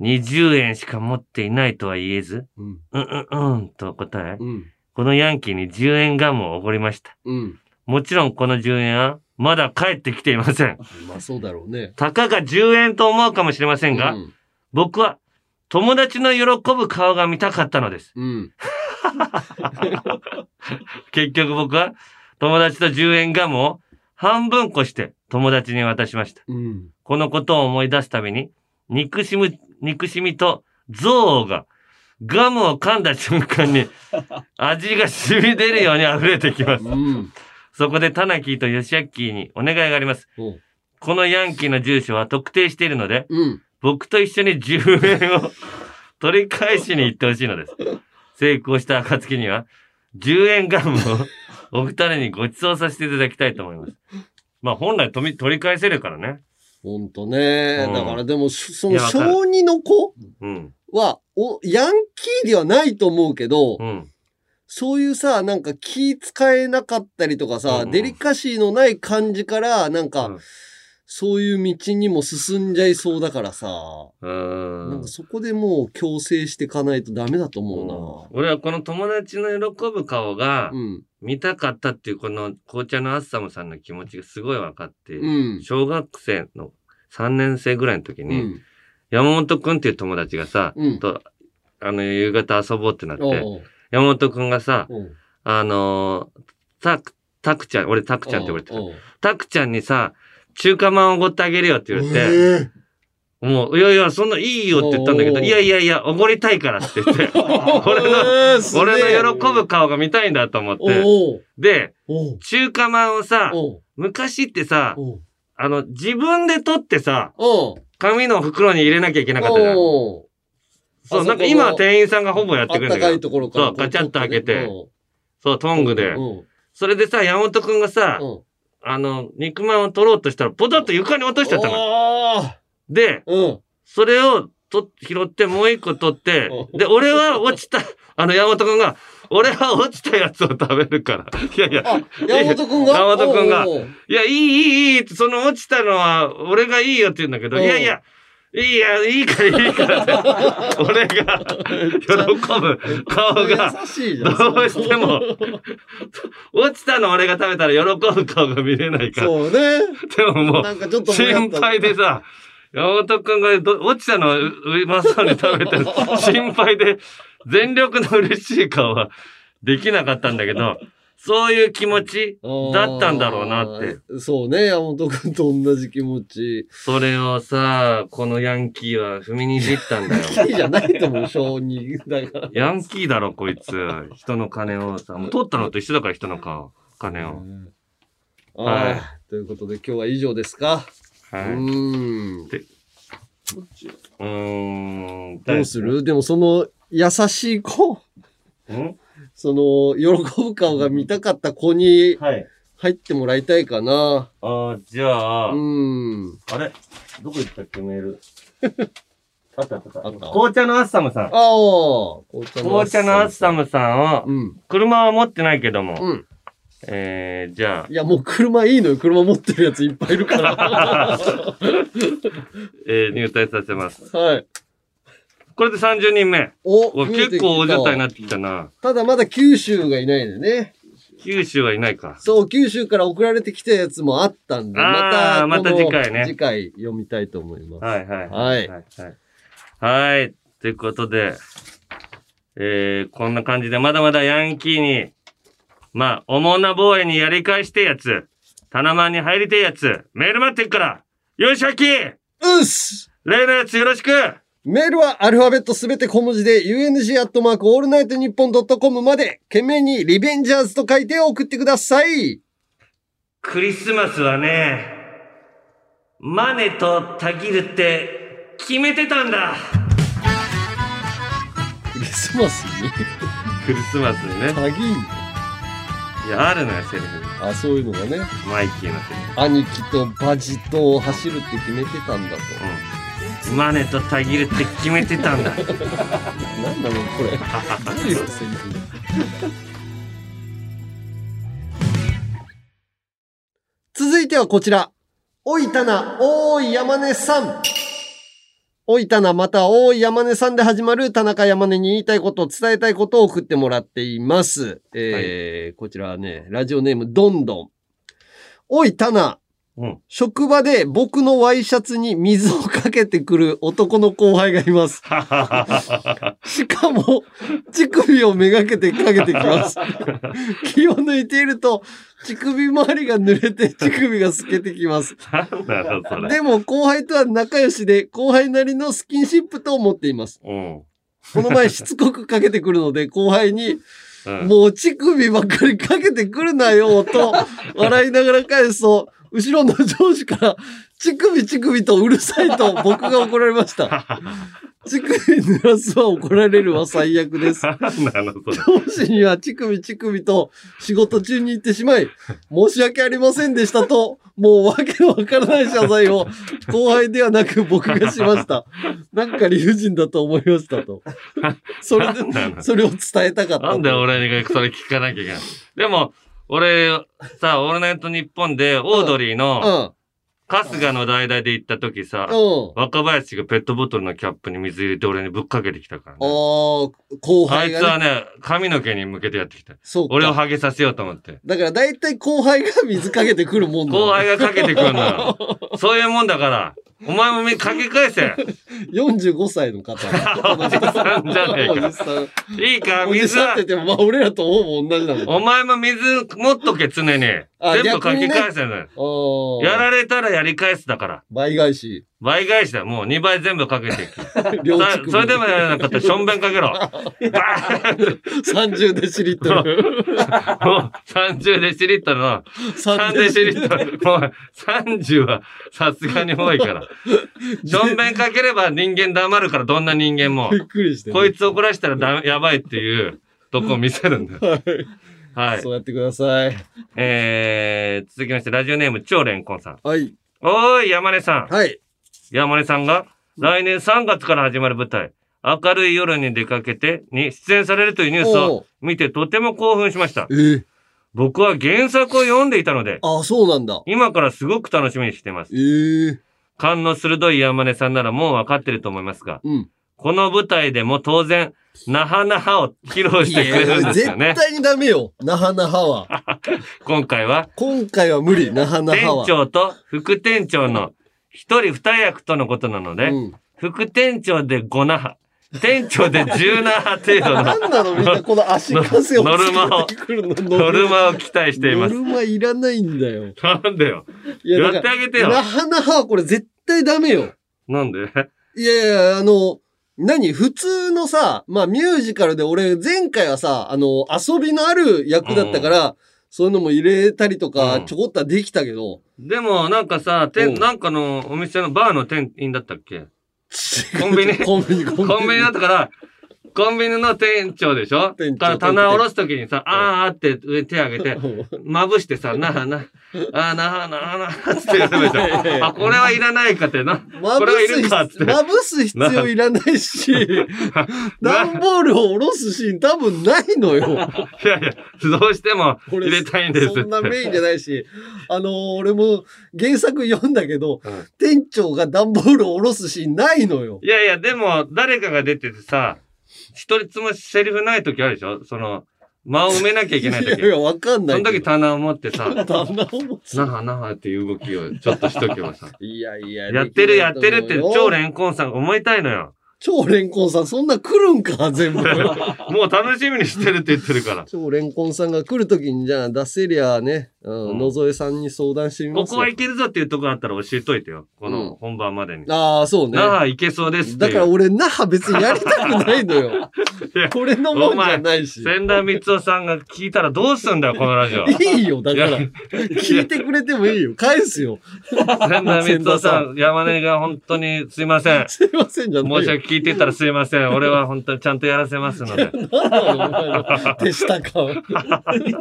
Speaker 1: 20円しか持っていないとは言えず、
Speaker 2: うん。
Speaker 1: うんうんうんと答え、
Speaker 2: うん。
Speaker 1: このヤンキーに10円ガムをおごりました。
Speaker 2: うん。
Speaker 1: もちろんこの10円は、まだ帰ってきていません。
Speaker 2: まあそうだろうね。
Speaker 1: たかが10円と思うかもしれませんが、
Speaker 2: うん
Speaker 1: 僕は友達の喜ぶ顔が見たかったのです。
Speaker 2: うん。
Speaker 1: 結局僕は友達と10円ガムを半分こして友達に渡しました。
Speaker 2: うん。
Speaker 1: このことを思い出すために、憎しむ、憎しみと憎悪がガムを噛んだ瞬間に味が染み出るように溢れてきます。
Speaker 2: うん。
Speaker 1: そこでタナキーとヨシヤッキーにお願いがあります。
Speaker 2: おう
Speaker 1: このヤンキーの住所は特定しているので、
Speaker 2: うん。
Speaker 1: 僕と一緒に10円を (laughs) 取り返しに行ってほしいのです。成功した暁には、10円ガムをお二人にご馳走させていただきたいと思います。まあ本来とみ取り返せるからね。
Speaker 2: ほんとね。
Speaker 1: うん
Speaker 2: だからでも、しそ
Speaker 1: い
Speaker 2: の
Speaker 1: やわかる
Speaker 2: 小児の子
Speaker 1: うん。
Speaker 2: は、お、ヤンキーではないと思うけど、
Speaker 1: うん。
Speaker 2: そういうさ、なんか気使えなかったりとかさ、
Speaker 1: うんうん
Speaker 2: デリカシーのない感じから、なんか、
Speaker 1: うん
Speaker 2: そういう道にも進んじゃいそうだからさ、
Speaker 1: う
Speaker 2: なん
Speaker 1: ーん
Speaker 2: か。そこでもう強制していかないとダメだと思
Speaker 1: 俺はこの友達の喜ぶ顔が
Speaker 2: うな。うん。
Speaker 1: 見たかったっていうこの紅茶のアッサムさんの気持ちがすごい分かって、
Speaker 2: うん。
Speaker 1: 小学生の3年生ぐらいの時
Speaker 2: う
Speaker 1: に、
Speaker 2: ん。
Speaker 1: 山本くんっていう友達がさ、
Speaker 2: うん
Speaker 1: とあの夕方遊ぼうってなって、
Speaker 2: おう
Speaker 1: 山本くんがさ、
Speaker 2: おう
Speaker 1: あのー、たく、たくちゃん、俺たくちゃんって呼ばれてた
Speaker 2: お。う
Speaker 1: たくちゃんにさ、中華まんおごってあげるよって言われ
Speaker 2: え
Speaker 1: て、
Speaker 2: ー
Speaker 1: もう、いやいや、そんないいよって言ったんだけど、
Speaker 2: おー
Speaker 1: いやいやいや、おごりたいからって言
Speaker 2: (laughs)
Speaker 1: って、俺の、
Speaker 2: えーすげえ
Speaker 1: 俺の喜ぶ顔が見たいんだと思って、
Speaker 2: おう
Speaker 1: で、
Speaker 2: おう
Speaker 1: 中華まんをさ、
Speaker 2: おう
Speaker 1: 昔ってさ、
Speaker 2: おう
Speaker 1: あの、自分で取ってさ、
Speaker 2: おう
Speaker 1: 紙の袋に入れなきゃいけなかったじゃん。
Speaker 2: おう
Speaker 1: そう、な
Speaker 2: あ
Speaker 1: んか
Speaker 2: そこの
Speaker 1: 今は店員さんがほぼやってく
Speaker 2: あ
Speaker 1: れ
Speaker 2: っ
Speaker 1: るんだけど
Speaker 2: たかいところから。
Speaker 1: そうガチャッと開けて
Speaker 2: おう
Speaker 1: そう、トングで。
Speaker 2: おう
Speaker 1: それでさ、山本くんがさ、
Speaker 2: おう
Speaker 1: あの、肉まんを取ろうとしたら、ポタッと床に落としちゃったの。で、
Speaker 2: うん。
Speaker 1: それをと拾って、もう一個取って
Speaker 2: お、
Speaker 1: で、俺は落ちた、あの、山本くんが、俺は落ちたやつを食べるから。 (laughs) いやいや、
Speaker 2: あ、山本くんが
Speaker 1: 山本くんが
Speaker 2: おうおう
Speaker 1: いや、いい、いい、いいって、その落ちたのは、俺がいいよって言うんだけど、
Speaker 2: うん
Speaker 1: いやいや、いいや、いいから、いいからっ
Speaker 2: (laughs)
Speaker 1: て、俺が喜ぶ顔が、
Speaker 2: 優しいじゃん。
Speaker 1: どうして
Speaker 2: (laughs)
Speaker 1: も、落ちたの俺が食べたら喜ぶ顔が見れないから。
Speaker 2: そうね。
Speaker 1: でもも
Speaker 2: なん
Speaker 1: う、
Speaker 2: かちょっと
Speaker 1: 心配で
Speaker 2: さ。
Speaker 1: さ、山本くんがど落ちたのをううまそうに食べ
Speaker 2: (laughs)
Speaker 1: てる。心配で、全力の嬉しい顔はできなかったんだけど、そういう気持ちだったんだろうなって。
Speaker 2: て。そうね、山本くんと同じ気持ち。
Speaker 1: それをさ、このヤンキーは踏みにじった
Speaker 2: (laughs)
Speaker 1: んだよ。
Speaker 2: いいじゃないと思う、小児。だから。
Speaker 1: ヤンキーだろ、こいつ。人の金をさ、もう取ったのと一緒だから、人の顔、金を。 (laughs) はい
Speaker 2: あーということで今日は以上ですか。
Speaker 1: は
Speaker 2: う
Speaker 1: い。
Speaker 2: ーん。
Speaker 1: うーん。
Speaker 2: どうするでもその優しい子、
Speaker 1: ん
Speaker 2: その喜ぶ顔が見たかった子に
Speaker 1: はい。
Speaker 2: 入ってもらいたいかな。
Speaker 1: あーじゃあ、
Speaker 2: うーん。
Speaker 1: あれどこ行ったっけ、メール。あったあった
Speaker 2: あ
Speaker 1: あっ
Speaker 2: っ
Speaker 1: たた。紅茶のアッサムさん
Speaker 2: あ。あ、紅茶
Speaker 1: 紅茶のアッサムさんを、
Speaker 2: うん。
Speaker 1: 車は持ってないけども、
Speaker 2: うん。
Speaker 1: えー、じゃあ
Speaker 2: い、や、もう車いいのよ。車持ってるやついっぱいいる
Speaker 1: (laughs)
Speaker 2: から。
Speaker 1: えー、入隊させます。
Speaker 2: はい。
Speaker 1: これで30人目。う
Speaker 2: お、
Speaker 1: わ結構大所帯にな
Speaker 2: っ
Speaker 1: ってきたな。
Speaker 2: ただまだ九州がいないんだよね。
Speaker 1: 九州はいないか。
Speaker 2: そう、九州から送られてきたやつもあったんで、
Speaker 1: あー
Speaker 2: また、
Speaker 1: また次回ね
Speaker 2: 次回読みたいと思います。
Speaker 1: はいはい
Speaker 2: はい
Speaker 1: はい。はい。はい。ということで、えー、こんな感じで、まだまだヤンキーに、まあ、おもんな防衛にやり返してえやつ、棚マンに入りてえやつ、メール待ってっから、よいしょき例
Speaker 2: うっす
Speaker 1: のやつよろしく
Speaker 2: メールはアルファベットすべて小文字で、UNG アットマークオールナイトニッポンドットコムまで、懸命にリベンジャーズと書いて送ってください。
Speaker 1: クリスマスはね、マネとタギルって決めてたんだ
Speaker 2: クリスマスに
Speaker 1: クリスマスにね。
Speaker 2: 鍵
Speaker 1: いや、あるのよ、セリフ。
Speaker 2: あ、そういうのがね、
Speaker 1: マイキーのセリフ。
Speaker 2: 兄貴とバジと走るって決めてたんだと。
Speaker 1: うん。
Speaker 10: マネとタギルって決めてた
Speaker 1: (laughs)
Speaker 10: んだ
Speaker 2: なんだろうこれどういうセリフ続いてはこちら。おいたな、おーい山根さん。おいたな、またおーい山根さんで始まる田中山根に言いたいこと、伝えたいことを送ってもらっています。えーこちらはね、ラジオネームどんどん。おいたな、職場で僕のワイシャツに水をかけてくる男の後輩がいます。しかも、乳首をめがけてかけてきます。気を抜いていると、乳首周りが濡れて乳首が透けてきます。
Speaker 1: なるほど。
Speaker 2: でも後輩とは仲良しで、後輩なりのスキンシップと思っています。この前しつこくかけてくるので、後輩に、もう乳首ばっかりかけてくるなよ、と笑いながら返すと、後ろの上司から、乳首乳首とうるさいと僕が怒られました。乳首濡らすは怒られるは最悪で
Speaker 1: (laughs)
Speaker 2: す。
Speaker 1: なる
Speaker 2: (laughs)
Speaker 1: ほど。
Speaker 2: 上司には乳首乳首と仕事中に行ってしまい、申し訳ありませんでしたと、もうわけのわからない謝罪を後輩ではなく僕がしました。なんか理不尽だと思いましたと。それで
Speaker 1: なんな、の
Speaker 2: それを伝えたかったと。
Speaker 1: なんで俺にそれ聞かなきゃいけない。でも、俺、さ、オールナイトニッポンで、オードリーの、春日の代々で行った時さ、
Speaker 2: う
Speaker 1: 若林がペットボトルのキャップに水入れて俺にぶっかけてきたからね。
Speaker 2: あー後
Speaker 1: あ
Speaker 2: 輩
Speaker 1: いつ
Speaker 2: が、
Speaker 1: はね、髪の毛に向けてやってきた。
Speaker 2: そうか
Speaker 1: 俺をハゲさせようと思って。
Speaker 2: だから大体後輩が水かけてくるもんだ。
Speaker 1: 後輩がかけてくるの
Speaker 2: (laughs)
Speaker 1: よ。そういうもんだから、お前もみかけ返せ。
Speaker 2: 45
Speaker 1: (laughs)
Speaker 2: 歳の方。おじ
Speaker 1: さんじゃねえか
Speaker 2: おじさん。
Speaker 1: いいか、
Speaker 2: おじ
Speaker 1: 水
Speaker 2: さんっ
Speaker 1: は
Speaker 2: て言っても、まあ俺らとほぼ同じなの。
Speaker 1: お前も水持っとけ、常に。
Speaker 2: あ
Speaker 1: 全部
Speaker 2: 逆
Speaker 1: か
Speaker 2: にね
Speaker 1: き返せのよ。
Speaker 2: おー
Speaker 1: やられたらやり返すだから。
Speaker 2: 倍返
Speaker 1: (laughs)
Speaker 2: し。
Speaker 1: 倍返しだ。もう2倍全部かけていく。
Speaker 2: 両
Speaker 1: さそれでもやらなかったら、しょんべんかけ
Speaker 2: (laughs)
Speaker 1: ろ。
Speaker 2: 30デシリッ
Speaker 1: (laughs)
Speaker 2: トル。 (laughs)
Speaker 1: もう30デシリットルの、3デシリットル。もう30はさすがに多いから。しょんべんかければ人間黙るから、どんな人間
Speaker 2: (laughs)
Speaker 1: も。
Speaker 2: びっくりしてる
Speaker 1: こいつ怒らしたらだやばいっていうとこを見せるん
Speaker 2: (laughs)
Speaker 1: だよ。はい。そう
Speaker 2: やってください。
Speaker 1: えー、続きまして、ラジオネーム、超レンコンさん。
Speaker 2: はい。
Speaker 1: おーい、山根さん。
Speaker 2: はい。
Speaker 1: 山根さんが、来年3月から始まる舞台、明るい夜に出かけてに出演されるというニュース
Speaker 2: お
Speaker 1: を
Speaker 2: う
Speaker 1: 見てとても興奮しました。
Speaker 2: え
Speaker 1: 僕は原作を読んでいたので、
Speaker 2: あ、そうなんだ。
Speaker 1: 今からすごく楽しみにしています。勘の鋭い山根さんならもう分かってると思いますが、
Speaker 2: うん
Speaker 1: この舞台でも当然、なはなはを披露してくれるんですよね
Speaker 2: 絶。対にダメよ。なはなはは。
Speaker 1: 今回は、
Speaker 2: 今回は無
Speaker 1: (laughs)
Speaker 2: 理、なはな
Speaker 1: 店
Speaker 2: はは。
Speaker 1: 長と副店長の一人二役とのことなので、副店長で5那覇、店長で10那覇程度の。
Speaker 2: (laughs) なんなのみんなこの足かせを
Speaker 1: (laughs) ノルマを
Speaker 2: 作ってくるの。
Speaker 1: ノルマを期待してい
Speaker 2: ノ
Speaker 1: ます
Speaker 2: (laughs) ル。マいらないんだよ。
Speaker 1: なんだよ。
Speaker 2: いだ
Speaker 1: や
Speaker 2: から
Speaker 1: ってあげてよ。
Speaker 2: なはなははこれ絶対ダメよ。
Speaker 1: なんで
Speaker 2: いやいや、あの、何普通のさ、まあミュージカルで俺前回はさ、あの、遊びのある役だったから、そういうのも入れたりとか、ちょこっとはできたけど、
Speaker 1: でも、なんかさ、てんなんかのお店のバーの店員だったっけコンビニ
Speaker 2: (laughs) コンビニ、コンビニ。
Speaker 1: コンビニだったから、コンビニの店長でしょ店長から棚下ろすときにさ、あーって上手上げて、まぶしてさ、なあな、あーなあなあなあってやるでしょ。あ、これはいらないかってな。
Speaker 2: (laughs) ま
Speaker 1: こ
Speaker 2: ぶ
Speaker 1: れはい
Speaker 2: す
Speaker 1: るかっつっ
Speaker 2: 必、
Speaker 1: て。
Speaker 2: まぶす必要いらないし、
Speaker 1: (laughs)
Speaker 2: 段ボールを下ろすシーン多分ないのよ。
Speaker 1: いやいや、どうしても (laughs) 入れたいんですって。
Speaker 2: そんなメインじゃないし、あのー俺も原作読んだけど、店長が段ボールを下ろすシーンないのよ。
Speaker 1: いやいや、でも、誰かが出ててさ、一つもセリフない時あるでしょその、間を埋めなきゃいけない時。
Speaker 2: いやいやわかんない
Speaker 1: その時棚を持ってさ、
Speaker 2: (laughs)
Speaker 1: な
Speaker 2: 棚を持つ。
Speaker 1: はなはっていう動きをちょっとしとけばさ。
Speaker 2: (laughs) いやいや
Speaker 1: やってるやってるって
Speaker 2: できないと思うよ
Speaker 1: 超レンコンさんが思いたいのよ。
Speaker 2: 超レンコンさん、そんな来るん
Speaker 1: (laughs)
Speaker 2: か、全部。
Speaker 1: もう楽しみにしてるって言ってる
Speaker 2: (laughs)
Speaker 1: から。
Speaker 2: 超レンコンさんが来るときに、じゃあ出せりゃね、うん野添さんに相談してみま
Speaker 1: こ
Speaker 2: す
Speaker 1: こ
Speaker 2: よ
Speaker 1: はいけるぞっていうとこあったら教えといてよ。こ
Speaker 2: うん
Speaker 1: の本番までに。
Speaker 2: ああ、そうね。
Speaker 1: 那覇いけそうですってい
Speaker 2: だ
Speaker 1: う。
Speaker 2: から俺、那覇別にやりたくない
Speaker 1: (laughs)
Speaker 2: のよ。俺のもんじゃないし。
Speaker 1: お前千田光夫さんが聞いたらどうすんだよ、このラジオ。
Speaker 2: いいよ、だから。聞いてくれてもいいよ。返すよ。
Speaker 1: 千田光夫さん、
Speaker 2: 千
Speaker 1: 山根が本当にすいません。
Speaker 2: すいませんじゃないよ
Speaker 1: 申し訳聞いてたらすいません。俺は本当にちゃんとやらせますので。
Speaker 2: 田さん。何なのお前の手下感。
Speaker 11: はい。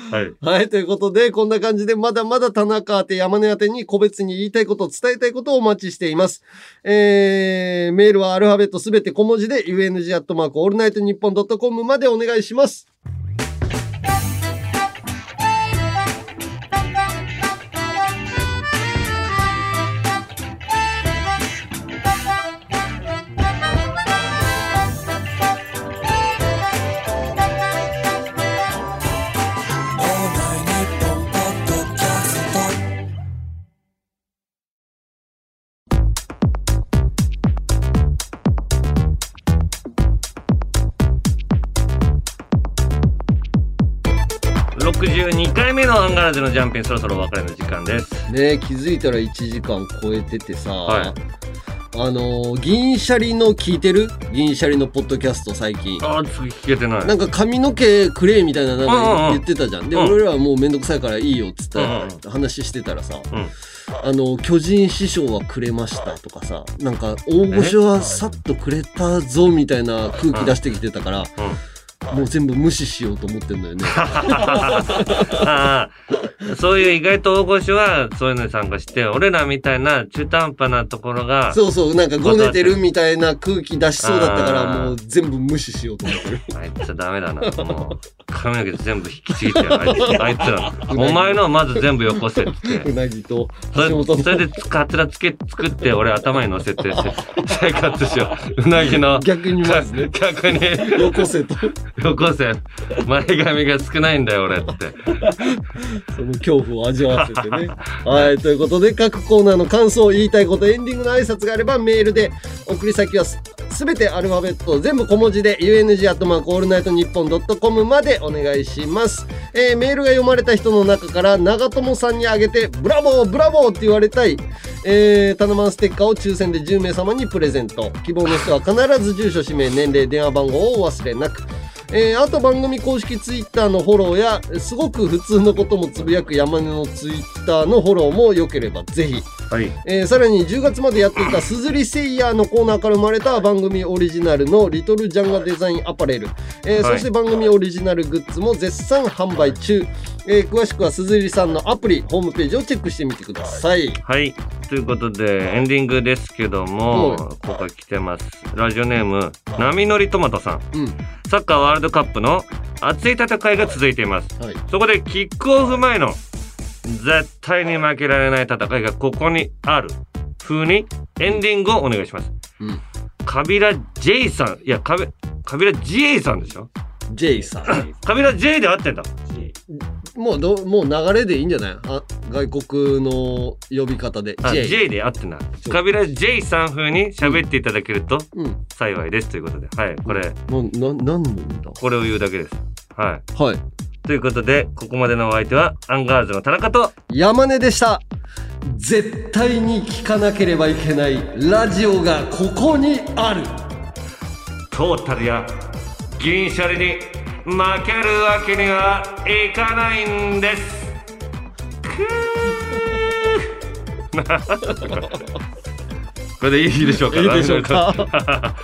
Speaker 2: (laughs) はい、ということで、こんな感じで、まだまだ田中宛て、山根宛てに個別に言いたいこと、伝えたいことをお待ちしています。えー、メールはアルファベットすべて小文字で、u n g アットマークオールナイトニッポンドットコムまでお願いします。
Speaker 1: 62回目のアンガラージュのジャンピンそろそろお別れの時間です
Speaker 2: ねえ気づいたら1時間超えててさ、
Speaker 1: はい
Speaker 2: あのー銀シャリの聞いてる銀シャリのポッドキャスト最近
Speaker 1: あー次聞けてない (laughs)
Speaker 2: なんか髪の毛くれみたいなな
Speaker 1: うんう
Speaker 2: ん
Speaker 1: んう
Speaker 2: か
Speaker 1: ん
Speaker 2: 言ってたじゃん、で、
Speaker 1: うん
Speaker 2: 俺らはもうめんどくさいからいいよっつったら、
Speaker 1: うん
Speaker 2: 話してたらさ、
Speaker 1: うん
Speaker 2: あの巨人師匠はくれましたとかさなんか大御所はさっとくれたぞみたいな空気出してきてたから、もう全部無視しようと思ってんだよね
Speaker 1: ああそういう意外と大御所はそういうのに参加して俺らみたいな中途半端なところが
Speaker 2: そうそうなんかごねてるみたいな空気出しそうだったか
Speaker 1: あ
Speaker 2: ら
Speaker 1: ー
Speaker 2: もう全部無視しようと思ってる
Speaker 1: あいつダメだなもう髪の毛全部引きちぎってやるあいつあいつら
Speaker 2: うなぎ
Speaker 1: お前のをまず全部よこせっつって
Speaker 2: うなぎと
Speaker 1: そ
Speaker 2: 橋本
Speaker 1: れ
Speaker 2: の
Speaker 1: それでつかつらつけ作って俺頭に乗せて生活しよううなぎの
Speaker 2: 逆にま
Speaker 1: (laughs)
Speaker 2: ずね
Speaker 1: 逆に
Speaker 2: よこせと
Speaker 1: よこせ前髪が少ないんだよ俺って
Speaker 2: その恐怖を味わわせてね。 (laughs) はい、ということで、各コーナーの感想、言いたいこと、エンディングの挨拶があればメールで、送り先はすすべてアルファベット、全部小文字で、u n g アットマークオールナイトニッポンドットコムまでお願いします。えーメールが読まれた人の中から、長友さんにあげて、ブラボー、ブラボーって言われたい、えー、タナマンステッカーを抽選で10名様にプレゼント。希望の人は必ず住所、氏名、年齢、電話番号をお忘れなく。えーあと番組公式ツイッターのフォローやすごく普通のこともつぶやく山根のツイッターのフォローも良ければぜひ、
Speaker 1: はい
Speaker 2: えーさらに10月までやっていた「すずりセイヤー」のコーナーから生まれた番組オリジナルの「リトルジャンガデザインアパレル」えー
Speaker 1: はい
Speaker 2: そして番組オリジナルグッズも絶賛販売中、えー詳しくはすずりさんのアプリホームページをチェックしてみてください
Speaker 1: はい。ということで、エンディングですけども、
Speaker 2: は
Speaker 1: ここ来てます。ラジオネーム、波乗りトマトさん。
Speaker 2: うん
Speaker 1: サッカーワールドカップの熱い戦いが続いています。
Speaker 2: はい
Speaker 1: そこでキックオフ前の、絶対に負けられない戦いがここにある。風に、エンディングをお願いします。
Speaker 2: うん
Speaker 1: カビラ J さん、いや、カビカビラ J さんでしょ
Speaker 2: J さん
Speaker 1: カビラ J で合ってんだ。
Speaker 2: (coughs) もうどもう流れでいいんじゃないあ外国の呼び方で
Speaker 1: あ
Speaker 2: J,
Speaker 1: J で合ってんだ。カビラ J さん風に喋っていただけると
Speaker 2: うん
Speaker 1: 幸いです。ということで、はい、これ、
Speaker 2: なな何なんだ
Speaker 1: これを言うだけです。はい。
Speaker 2: はい
Speaker 1: ということで、ここまでのお相手は、アンガールズの田中と、
Speaker 2: 山根でした絶対に聞かなければいけないラジオがここにある
Speaker 1: トータルや銀シャリに負けるわけにはいかないん
Speaker 2: (laughs)
Speaker 1: です。くーこれでいいでしょうか
Speaker 2: いいでしょうか
Speaker 1: なんか